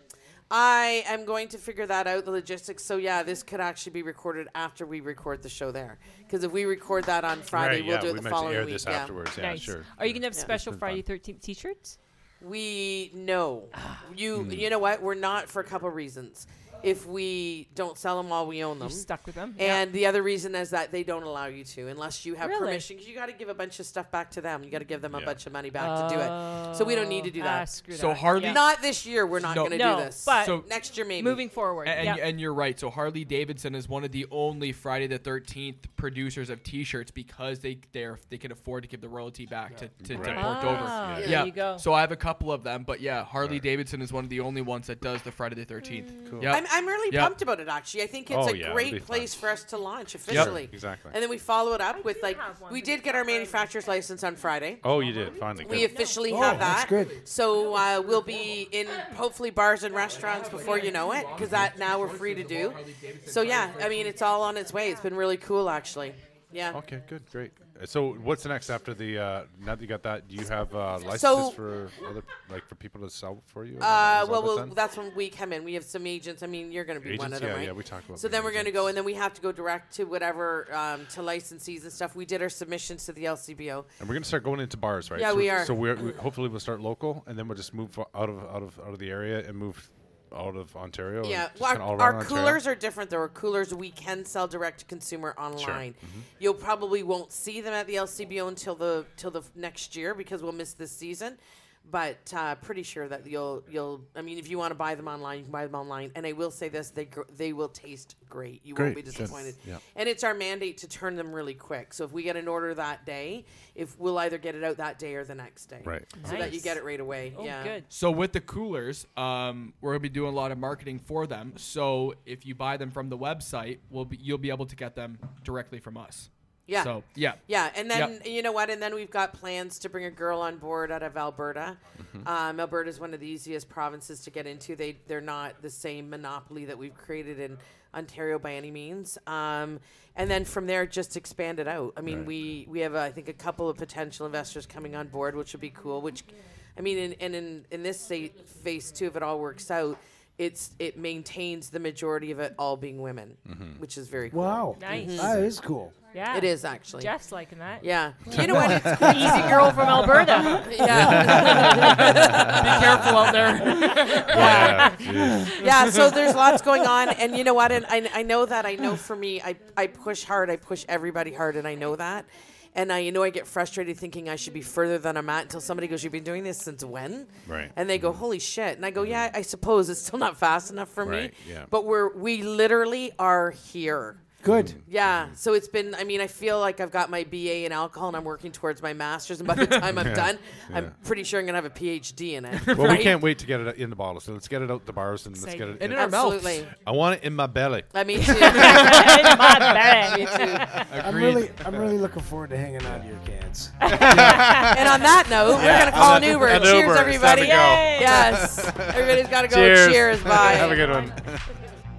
Speaker 1: I am going to figure that out, the logistics. So yeah, this could actually be recorded after we record the show there, because if we record that on Friday,
Speaker 2: Right,
Speaker 1: we'll
Speaker 2: yeah,
Speaker 1: do it
Speaker 2: we
Speaker 1: the
Speaker 2: might
Speaker 1: following
Speaker 2: air
Speaker 1: week.
Speaker 2: this
Speaker 1: yeah.
Speaker 2: afterwards. Yeah,
Speaker 4: nice.
Speaker 2: sure.
Speaker 4: Are you gonna have special
Speaker 2: been
Speaker 4: Friday
Speaker 2: fun.
Speaker 4: Thirteenth T-shirts?
Speaker 1: We
Speaker 2: [SIGHS]
Speaker 1: know
Speaker 2: Hmm.
Speaker 1: you. You know what? We're not for a couple reasons. If we don't sell them all, we own them.
Speaker 4: You're stuck with them.
Speaker 1: And the other reason is that they don't allow you to unless you have
Speaker 4: Really?
Speaker 1: permission. 'cause you got to give a bunch of stuff back to them. You got to give them a
Speaker 2: Yeah.
Speaker 1: bunch of money back to do it. So we don't need to do
Speaker 4: Oh, ah,
Speaker 1: that.
Speaker 4: screw
Speaker 5: So
Speaker 4: that.
Speaker 5: Harley-
Speaker 4: Yeah.
Speaker 1: Not this year. We're not
Speaker 5: No.
Speaker 1: going to
Speaker 4: No,
Speaker 1: do this.
Speaker 4: but-
Speaker 5: So-
Speaker 1: next year, maybe.
Speaker 4: moving forward.
Speaker 5: and,
Speaker 4: yeah.
Speaker 5: and you're right. So Harley Davidson is one of the only Friday the Thirteenth producers of T-shirts because they they they can afford to give the royalty back to to, to
Speaker 2: Right.
Speaker 5: Port
Speaker 1: Oh,
Speaker 4: Ah,
Speaker 5: Dover.
Speaker 4: there you go.
Speaker 5: So I have a couple of them, but yeah, Harley Davidson is one of the only ones that does the Friday the Thirteenth.
Speaker 4: Hmm.
Speaker 5: Cool.
Speaker 1: I'm, I'm really
Speaker 5: Yeah.
Speaker 1: pumped about it. Actually, I think it's
Speaker 2: Oh,
Speaker 1: a
Speaker 2: yeah, it'll be
Speaker 1: great
Speaker 2: fun.
Speaker 1: place for us to launch officially.
Speaker 2: exactly.
Speaker 1: And then we follow it up with
Speaker 4: do
Speaker 1: like
Speaker 4: have one
Speaker 1: we
Speaker 4: to
Speaker 1: did
Speaker 4: do
Speaker 1: get our
Speaker 4: that early.
Speaker 1: manufacturer's license on Friday.
Speaker 2: Oh, you did finally.
Speaker 1: We
Speaker 2: good.
Speaker 1: officially
Speaker 3: Oh,
Speaker 1: have that.
Speaker 3: that's good.
Speaker 1: So uh, we'll be in hopefully bars and restaurants before you know it, because that now we're free to do. So yeah, I mean it's all on its way. It's been really cool actually. Yeah.
Speaker 2: Okay, good, great. Uh, So, what's next after the? Uh, now that you got that, do you have uh, licenses
Speaker 1: So-
Speaker 2: for other, like for people to sell for you?
Speaker 1: Uh, well, well, that's when we come in. We have some agents. I mean, you're going to be one
Speaker 2: Agents?
Speaker 1: of them,
Speaker 2: Yeah,
Speaker 1: right?
Speaker 2: yeah, we talked about
Speaker 1: So
Speaker 2: being
Speaker 1: then we're going to go,
Speaker 2: agents.
Speaker 1: and then we have to go direct to whatever um, to licensees and stuff. We did our submissions to the LCBO.
Speaker 2: and we're gonna start going into bars, right?
Speaker 1: Yeah,
Speaker 2: so,
Speaker 1: we are.
Speaker 2: So we're we, hopefully we'll start local, and then we'll just move out of out of out of the area and move out of Ontario.
Speaker 1: Yeah,
Speaker 2: and just
Speaker 1: well,
Speaker 2: kinda all
Speaker 1: our,
Speaker 2: around
Speaker 1: our
Speaker 2: Ontario.
Speaker 1: coolers are different. though. Our coolers we can sell direct to consumer online.
Speaker 2: Mm-hmm.
Speaker 1: You'll probably won't see them at the LCBO until the till the f- next year because we'll miss this season. But uh, pretty sure that you'll you'll. I mean, if you want to buy them online, you can buy them online. And I will say this: they gr- they will taste great. You won't
Speaker 2: Great,
Speaker 1: be
Speaker 2: good.
Speaker 1: disappointed.
Speaker 2: Yeah.
Speaker 1: And it's our mandate to turn them really quick. So if we get an order that day, if we'll either get it out that day or the next day,
Speaker 2: Right.
Speaker 1: So that you
Speaker 4: Nice.
Speaker 1: get it right away.
Speaker 4: Oh,
Speaker 1: yeah.
Speaker 4: good.
Speaker 5: So with the coolers, um, we're gonna be doing a lot of marketing for them. So if you buy them from the website, we'll be, you'll be able to get them directly from us.
Speaker 1: Yeah.
Speaker 5: So yeah.
Speaker 1: Yeah, and then
Speaker 5: Yep.
Speaker 1: you know what? And then we've got plans to bring a girl on board out of Alberta. Um, Alberta is one of the easiest provinces to get into. They they're not the same monopoly that we've created in Ontario by any means. Um, and then from there, just expand it out. I mean, we we have I think a couple of potential investors coming on board, which would be cool. Which, I mean, in, and in in this sa- phase two, if it all works out. It's it maintains the majority of it all being women, which is very cool.
Speaker 3: Wow.
Speaker 4: Nice. Mhm.
Speaker 3: That is cool.
Speaker 4: Yeah.
Speaker 1: It is actually.
Speaker 4: Jeff's liking that.
Speaker 1: Yeah. You know what? It's cool.
Speaker 4: Easy girl
Speaker 5: [LAUGHS]
Speaker 4: from Alberta.
Speaker 1: Yeah.
Speaker 2: [LAUGHS]
Speaker 5: Be careful out
Speaker 4: [LAUGHS]
Speaker 5: there.
Speaker 2: Yeah.
Speaker 1: [LAUGHS]
Speaker 2: yeah.
Speaker 1: yeah. So there's lots going on. And you know what? And I, I know that. I know for me, I, I push hard. I push everybody hard. And I know that. And I know I get frustrated thinking I should be further than I'm at until somebody goes, You've been doing this since when?
Speaker 2: Right. Mm-hmm.
Speaker 1: And they go, Holy shit. And I go, Yeah, I suppose it's still not fast enough for
Speaker 2: Right,
Speaker 1: me.
Speaker 2: yeah.
Speaker 1: But we're we literally are here.
Speaker 3: Good.
Speaker 2: Mm-hmm.
Speaker 1: Yeah. So it's been, I mean, I feel like I've got my BA in alcohol and I'm working towards my master's. And by
Speaker 2: [LAUGHS]
Speaker 1: the time I'm done, I'm pretty sure I'm going to have a PhD in it.
Speaker 2: Well,
Speaker 1: right?
Speaker 2: we can't wait to get it in the bottle. So let's get it out the bars and let's get it.
Speaker 5: And
Speaker 2: In.
Speaker 5: in our mouths.
Speaker 1: Absolutely.
Speaker 2: I want it in my belly.
Speaker 1: I mean, too.
Speaker 4: In my
Speaker 1: [LAUGHS]
Speaker 4: bag.
Speaker 1: Me too.
Speaker 3: I'm really, I'm really looking forward to hanging out to your cans.
Speaker 1: And on that note, we're going to call an Uber.
Speaker 2: An
Speaker 1: Cheers,
Speaker 2: Uber. It's time to
Speaker 1: everybody.
Speaker 2: go.
Speaker 4: Yay.
Speaker 1: Yes. Everybody's got to go.
Speaker 2: [LAUGHS] Cheers.
Speaker 1: Cheers. Bye.
Speaker 2: Have a good one.